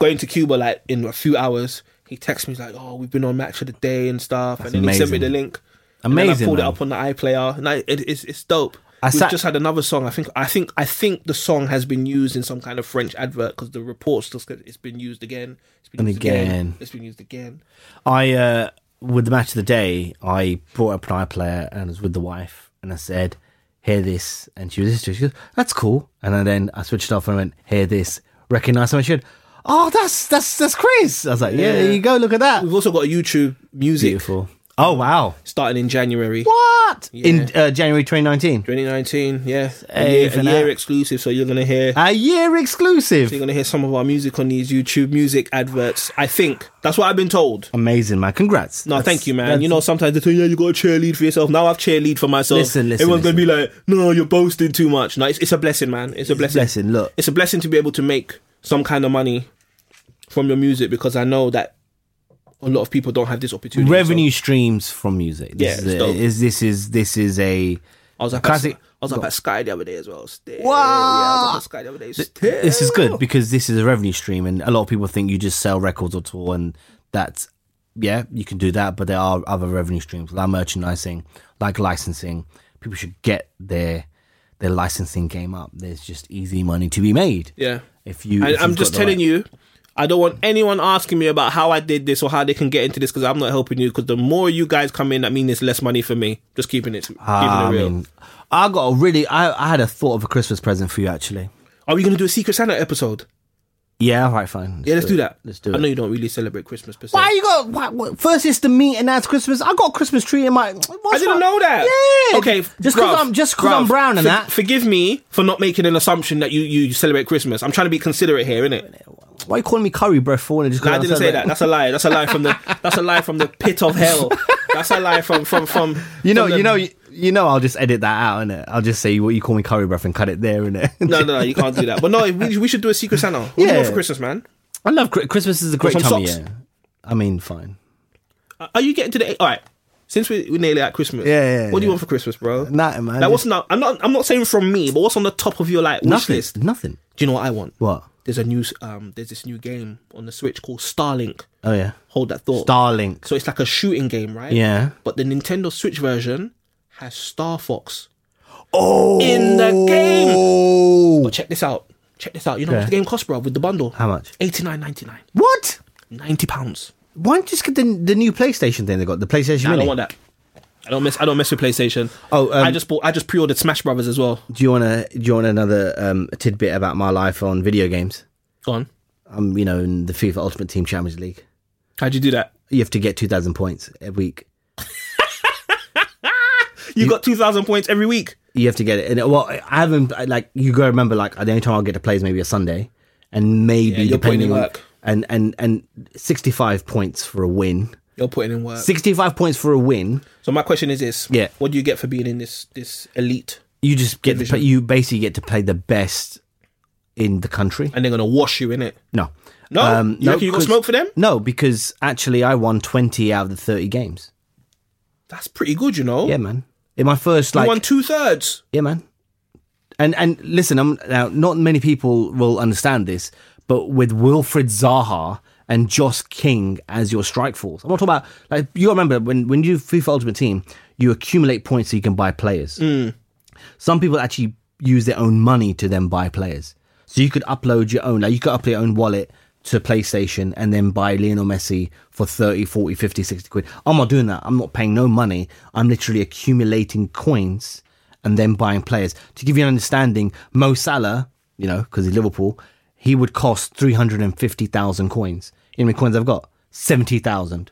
Speaker 4: going to Cuba like in a few hours. He texts me he's like, "Oh, we've been on match of the day and stuff," and then he sent me
Speaker 3: amazing.
Speaker 4: the link. and then I
Speaker 3: Amazing,
Speaker 4: pulled
Speaker 3: man.
Speaker 4: it up on the iPlayer. And I, it, it's it's dope.
Speaker 3: I
Speaker 4: We've
Speaker 3: sat-
Speaker 4: just had another song. I think I think I think the song has been used in some kind of French advert because the reports just get- it's been used again. It's been
Speaker 3: And
Speaker 4: used
Speaker 3: again.
Speaker 4: It's been used again.
Speaker 3: I uh, with the match of the day, I brought up an iPlayer and was with the wife, and I said, "Hear this," and she was listening. She goes, "That's cool," and I then I switched it off and I went, "Hear this," recognize someone. She went, "Oh, that's that's that's Chris." I was like, "Yeah, there you go. Look at that,
Speaker 4: We've also got a YouTube music
Speaker 3: beautiful." Oh wow,
Speaker 4: starting in January.
Speaker 3: what in uh, January 2019?
Speaker 4: 2019, yeah, a
Speaker 3: Hey,
Speaker 4: year,
Speaker 3: for
Speaker 4: a year
Speaker 3: that.
Speaker 4: exclusive. So you're gonna hear
Speaker 3: A year exclusive.
Speaker 4: You're gonna hear some of our music on these YouTube music adverts. I think that's what I've been told.
Speaker 3: Amazing, man! Congrats.
Speaker 4: No,
Speaker 3: That's-
Speaker 4: thank you, man.
Speaker 3: that's-
Speaker 4: You know, sometimes they tell you, yeah, you got to cheerlead for yourself. Now I've cheerlead for myself.
Speaker 3: Listen, listen,
Speaker 4: Everyone's gonna be like, no, you're boasting too much. No, it's, it's a blessing, man. It's a blessing.
Speaker 3: blessing, look.
Speaker 4: it's a blessing to be able to make some kind of money from your music because I know that a lot of people don't have this opportunity.
Speaker 3: revenue streams from music. This
Speaker 4: Yeah,
Speaker 3: is,
Speaker 4: it's
Speaker 3: a,
Speaker 4: dope.
Speaker 3: is this is this is a
Speaker 4: So I was up
Speaker 3: Classic-
Speaker 4: At, I was up at Sky the other day as well. Still, yeah,
Speaker 3: Wow.
Speaker 4: I was up at Sky the other day. Still.
Speaker 3: this is good because this is a revenue stream, and a lot of people think you just sell records or tour, and that's yeah, you can do that, but there are other revenue streams like merchandising, like licensing. People should get their their licensing game up. There's just easy money to be made.
Speaker 4: Yeah.
Speaker 3: If you,
Speaker 4: I, I'm just telling you, I don't want anyone asking me about how I did this or how they can get into this because I'm not helping you. Because the more you guys come in, that means it's less money for me. Just keeping it,
Speaker 3: Ah, I
Speaker 4: keeping it real.
Speaker 3: mean, I got a really. I, I had a thought of a Christmas present for you actually.
Speaker 4: Are we gonna do a Secret Santa episode?
Speaker 3: Yeah, all right, fine.
Speaker 4: Yeah, let's do that.
Speaker 3: Let's do it.
Speaker 4: I know you don't really celebrate Christmas per se.
Speaker 3: Why you got why, what, first it's the meat and now it's Christmas? I got a Christmas tree in my.
Speaker 4: I
Speaker 3: what's
Speaker 4: didn't
Speaker 3: wrong?
Speaker 4: know that.
Speaker 3: Yeah.
Speaker 4: Okay.
Speaker 3: Just because
Speaker 4: bruv,
Speaker 3: I'm just because I'm
Speaker 4: bruv,
Speaker 3: brown and
Speaker 4: for-
Speaker 3: that.
Speaker 4: Forgive me for not making an assumption that you you celebrate Christmas. I'm trying to be considerate here, innit?
Speaker 3: Why you calling me curry breath for? and Just 'cause
Speaker 4: I didn't say
Speaker 3: celebrate?
Speaker 4: that. That's a lie. That's a lie from the. That's a lie from the pit of hell. That's a lie from from from.
Speaker 3: You know,
Speaker 4: from the-
Speaker 3: you know, you, you know. I'll just edit that out, innit? I'll just say what you call me curry breath and cut it there, innit?
Speaker 4: No, no, no, you can't do that. But no, we, we should do a Secret Santa. What do you
Speaker 3: Yeah.
Speaker 4: want for Christmas, man?
Speaker 3: I love Chri- Christmas. Is a great
Speaker 4: some
Speaker 3: time of
Speaker 4: socks.
Speaker 3: year. I mean, fine.
Speaker 4: Are you getting to the all right? Since we, we're nearly at Christmas,
Speaker 3: Yeah, yeah,
Speaker 4: What do
Speaker 3: yeah.
Speaker 4: you want for Christmas, bro?
Speaker 3: Nothing, man.
Speaker 4: Like, what's
Speaker 3: Just
Speaker 4: not? I'm not. I'm not saying from me, but what's on the top of your like wish
Speaker 3: nothing.
Speaker 4: list?
Speaker 3: Nothing.
Speaker 4: Do you know what I want?
Speaker 3: What?
Speaker 4: There's a new. s- Um. There's this new game on the Switch called Starlink.
Speaker 3: Oh yeah.
Speaker 4: Hold that thought.
Speaker 3: Starlink.
Speaker 4: so it's like a shooting game, right?
Speaker 3: Yeah.
Speaker 4: But the Nintendo Switch version has Star Fox
Speaker 3: Oh.
Speaker 4: in the game. But check this out. Check this out. You know how much
Speaker 3: Okay.
Speaker 4: the game costs, bro, with the bundle?
Speaker 3: How much?
Speaker 4: Eighty nine ninety nine.
Speaker 3: What?
Speaker 4: Ninety pounds.
Speaker 3: Why don't you just get the, the new PlayStation thing they got? The PlayStation
Speaker 4: I
Speaker 3: Mini.
Speaker 4: don't want that. I don't mess. I don't mess with PlayStation.
Speaker 3: Oh, um,
Speaker 4: I just bought. I just pre-ordered Smash Brothers as well.
Speaker 3: Do you want to? Do you want another um, tidbit about my life on video games?
Speaker 4: Go on.
Speaker 3: I'm, you know, in the FIFA Ultimate Team Champions League.
Speaker 4: How'd you do that?
Speaker 3: You have to get two thousand points a week.
Speaker 4: You, got two thousand points every week.
Speaker 3: You have to get it. And well, I haven't I- like you gotta remember like the only time I'll get to play is maybe a Sunday, and maybe
Speaker 4: you're putting
Speaker 3: depending
Speaker 4: in
Speaker 3: on
Speaker 4: work.
Speaker 3: and and and sixty five points for a win.
Speaker 4: You're putting in work.
Speaker 3: Sixty five points for a win.
Speaker 4: So my question is this:
Speaker 3: Yeah.
Speaker 4: What do you get for being in this this elite?
Speaker 3: You just get to
Speaker 4: Division.
Speaker 3: play, you basically get to play the best in the country.
Speaker 4: And they're gonna wash you in it.
Speaker 3: No,
Speaker 4: No? You reckon you got
Speaker 3: 'cause-
Speaker 4: smoke for them?
Speaker 3: No, because actually I won twenty out of the thirty games.
Speaker 4: That's pretty good, you know.
Speaker 3: Yeah, man. In my first
Speaker 4: You
Speaker 3: like
Speaker 4: won two thirds.
Speaker 3: Yeah, man. And and listen, I'm now not many people will understand this, but with Wilfred Zaha and Joss King as your strike force, I'm not talking about like you gotta remember when when you FIFA Ultimate Team, you accumulate points so you can buy players. Some people actually use their own money to then buy players, so you could upload your own, like you could upload your own wallet to PlayStation and then buy Lionel Messi for 30, 40, 50, 60 quid. I'm not doing that. I'm not paying no money. I'm literally accumulating coins and then buying players. To give you an understanding, Mo Salah, you know, because he's Liverpool, he would cost 350,000 coins. You know how many coins I've got? 70,000.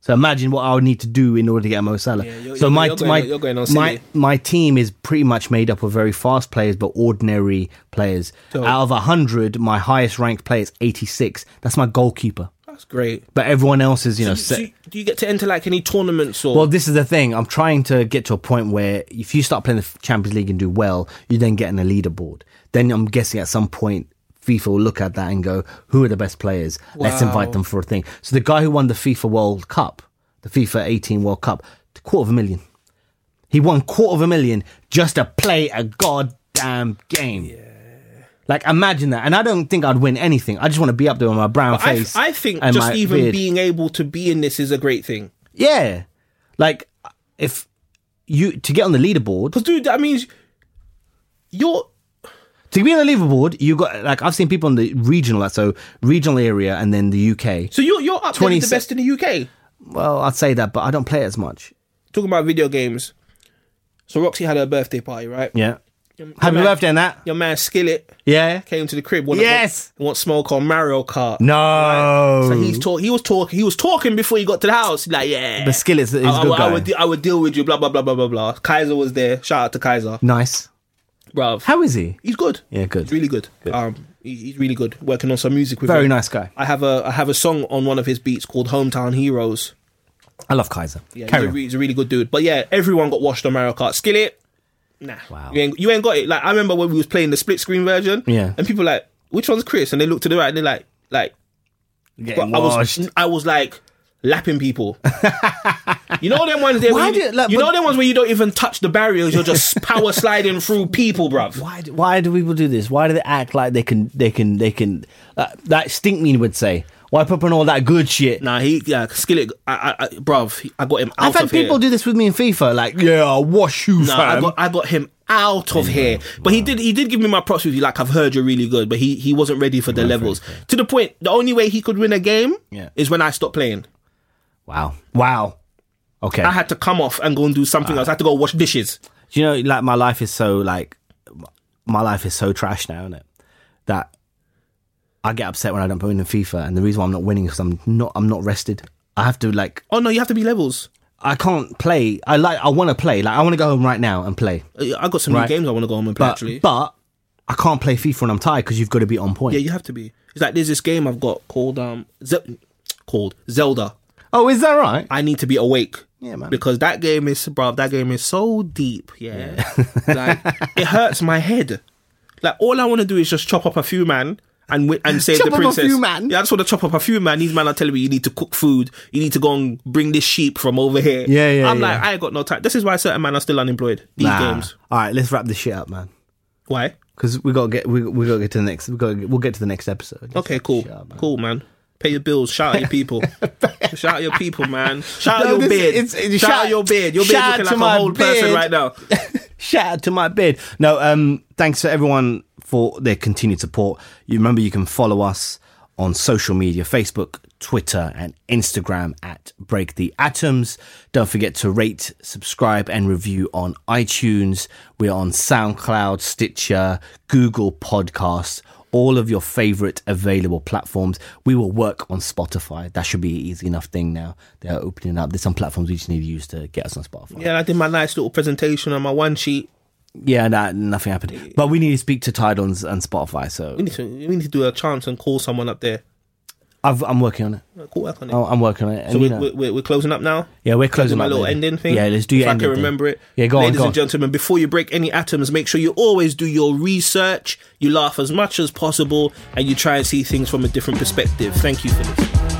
Speaker 3: So imagine what I would need to do in order to get Mo Salah.
Speaker 4: you're-
Speaker 3: so
Speaker 4: you're-
Speaker 3: my,
Speaker 4: you're going-
Speaker 3: my,
Speaker 4: you're going on
Speaker 3: my,
Speaker 4: silly.
Speaker 3: my team is pretty much made up of very fast players, but ordinary players. Out of 100, my highest ranked player is 86. That's my goalkeeper.
Speaker 4: That's great.
Speaker 3: But everyone else is, you know,
Speaker 4: So
Speaker 3: se-
Speaker 4: you- do you get to enter like any tournaments or?
Speaker 3: well, this is the thing. I'm trying to get to a point where if you start playing the Champions League and do well, you then get in a leaderboard. Then I'm guessing at some point FIFA will look at that and go, "Who are the best players? Let's invite them for a thing." So the guy who won the FIFA World Cup, the FIFA 18 World Cup, a quarter of a million. He won quarter of a million just to play a goddamn game. Like imagine that, and I don't think I'd win anything. I just want to be up there with my brown
Speaker 4: I,
Speaker 3: face.
Speaker 4: I think
Speaker 3: and
Speaker 4: just
Speaker 3: my
Speaker 4: even
Speaker 3: beard.
Speaker 4: being able to be in this is a great thing.
Speaker 3: Yeah. Like if you to get on the leaderboard,
Speaker 4: Because, dude, that means you're.
Speaker 3: to be on the leaderboard, you got like I've seen people in the regional, like so regional area and then the UK.
Speaker 4: So you're, you're up there with the
Speaker 3: 26
Speaker 4: best in the UK.
Speaker 3: Well, I'd say that, but I don't play it as much.
Speaker 4: Talking about video games. So Roxy had her birthday party, right?
Speaker 3: Yeah.
Speaker 4: Your
Speaker 3: Happy
Speaker 4: man-
Speaker 3: birthday and that.
Speaker 4: Your man Skillet
Speaker 3: Yeah.
Speaker 4: came to the crib. Wanted,
Speaker 3: Yes.
Speaker 4: Want, want smoke on Mario Kart.
Speaker 3: No.
Speaker 4: So he's talk. He was talking. He was talking before he got to the house. Like, yeah.
Speaker 3: the skillet's is a
Speaker 4: I, I,
Speaker 3: good
Speaker 4: would- I
Speaker 3: guy.
Speaker 4: would. de- I would deal with you. Blah blah blah blah blah blah. Kaiser was there. Shout out to Kaiser,
Speaker 3: nice.
Speaker 4: bruv.
Speaker 3: How is he?
Speaker 4: He's good.
Speaker 3: Yeah, good.
Speaker 4: He's really good. Um, he- he's really good. Working on some music with
Speaker 3: Very
Speaker 4: him.
Speaker 3: nice guy.
Speaker 4: I have a I have a song on one of his beats called "Hometown Heroes."
Speaker 3: I love Kaiser.
Speaker 4: Yeah, he's
Speaker 3: Carry
Speaker 4: a,
Speaker 3: on.
Speaker 4: re- he's a really good dude. But yeah, everyone got washed on Mario Kart. Skillet, nah,
Speaker 3: Wow.
Speaker 4: you ain't, you ain't got it. Like I remember when we was playing the split screen version,
Speaker 3: Yeah.
Speaker 4: and people like, which one's Chris? And they look to the right, and they're like, like,
Speaker 3: Getting
Speaker 4: but I was
Speaker 3: washed.
Speaker 4: I was like lapping people. you know them ones there.
Speaker 3: Why
Speaker 4: Why you,
Speaker 3: did- like,
Speaker 4: you
Speaker 3: but-
Speaker 4: know them ones where you don't even touch the barriers. You're just power sliding through people, bruv.
Speaker 3: why do, why do people do this? Why do they act like they can they can they can uh, that stinkmean would say? Why put on all that good shit?
Speaker 4: Nah, he yeah, skillet, I, I, I, bruv. he- I got him out
Speaker 3: I've had
Speaker 4: of here.
Speaker 3: people do this with me in FIFA, like, yeah, I'll wash you,
Speaker 4: Nah,
Speaker 3: fam.
Speaker 4: I got I got him out of here. But he did he did give me my props with you. Like I've heard you're really good, but he he wasn't ready for the levels to the point. The only way he could win a game
Speaker 3: Yeah.
Speaker 4: is when I stopped playing.
Speaker 3: wow. Wow. Okay.
Speaker 4: I had to come off and go and do something else. I had to go wash dishes.
Speaker 3: do you know, like, my life is so, like, my life is so trash now, isn't it? That I get upset when I don't put in in FIFA, and the reason why I'm not winning is because I'm not I'm not rested. I have to like
Speaker 4: Oh no, you have to be levels.
Speaker 3: I can't play. I like I want to play. Like I want to go home right now and play.
Speaker 4: Uh, I got some
Speaker 3: Right.
Speaker 4: new games I want to go home and play.
Speaker 3: But
Speaker 4: actually,
Speaker 3: but I can't play FIFA and I'm tired because you've got to be on point.
Speaker 4: yeah, you have to be. It's like there's this game I've got called um Ze- called Zelda.
Speaker 3: Oh, is that right?
Speaker 4: I need to be awake.
Speaker 3: Yeah, man.
Speaker 4: Because that game is, bruv, that game is so deep. Yeah. like, it hurts my head. Like, all I want to do is just chop up a few man and wi- and save
Speaker 3: Chop
Speaker 4: the
Speaker 3: up a
Speaker 4: princess.
Speaker 3: few man?
Speaker 4: Yeah, I just want to chop up a few man. These men are telling me you need to cook food. You need to go and bring this sheep from over here.
Speaker 3: Yeah, yeah,
Speaker 4: I'm
Speaker 3: yeah.
Speaker 4: like, I ain't got no time. This is why certain men are still unemployed. These
Speaker 3: Nah.
Speaker 4: games.
Speaker 3: All right, let's wrap this shit up, man.
Speaker 4: Why?
Speaker 3: Because we gotta get we, we gotta get to the next we gotta get, we'll get to the next episode. Let's
Speaker 4: Okay,
Speaker 3: wrap
Speaker 4: cool.
Speaker 3: this shit up, man.
Speaker 4: Cool, man. Pay your bills. Shout out your people. shout out your people, man. Shout
Speaker 3: No,
Speaker 4: out your
Speaker 3: this-
Speaker 4: beard.
Speaker 3: it's- it's-
Speaker 4: shout,
Speaker 3: shout-
Speaker 4: out your beard. Your
Speaker 3: shout out
Speaker 4: beard's
Speaker 3: to
Speaker 4: looking
Speaker 3: my
Speaker 4: like a whole person
Speaker 3: beard.
Speaker 4: right now.
Speaker 3: Shout out to my beard. No, um, thanks to everyone for their continued support. You remember you can follow us on social media, Facebook, Twitter, and Instagram at Break the Atoms. Don't forget to rate, subscribe, and review on iTunes. We're on SoundCloud, Stitcher, Google Podcasts, all of your favorite available platforms. We will work on Spotify. That should be an easy enough thing now. They're opening up. There's some platforms we just need to use to get us on Spotify.
Speaker 4: Yeah, and I did my nice little presentation on my one sheet.
Speaker 3: Yeah, nah, nothing happened. But we need to speak to Tidal and, and Spotify, so
Speaker 4: We need to we need to do a chance and call someone up there.
Speaker 3: I've, I'm working on it.
Speaker 4: Cool work on it.
Speaker 3: I'm I'm working on it. And,
Speaker 4: so
Speaker 3: you
Speaker 4: we're,
Speaker 3: know,
Speaker 4: we're, we're, we're closing up now.
Speaker 3: Oh, yeah, we're
Speaker 4: Do
Speaker 3: closing
Speaker 4: my
Speaker 3: up
Speaker 4: little
Speaker 3: then.
Speaker 4: ending thing.
Speaker 3: Yeah, let's do
Speaker 4: If
Speaker 3: your
Speaker 4: I
Speaker 3: ending
Speaker 4: can
Speaker 3: thing.
Speaker 4: remember it.
Speaker 3: Yeah, go on,
Speaker 4: Ladies
Speaker 3: go on.
Speaker 4: and gentlemen, before you break any atoms, make sure you always do your research. You laugh as much as possible, and you try and see things from a different perspective. Thank you for this.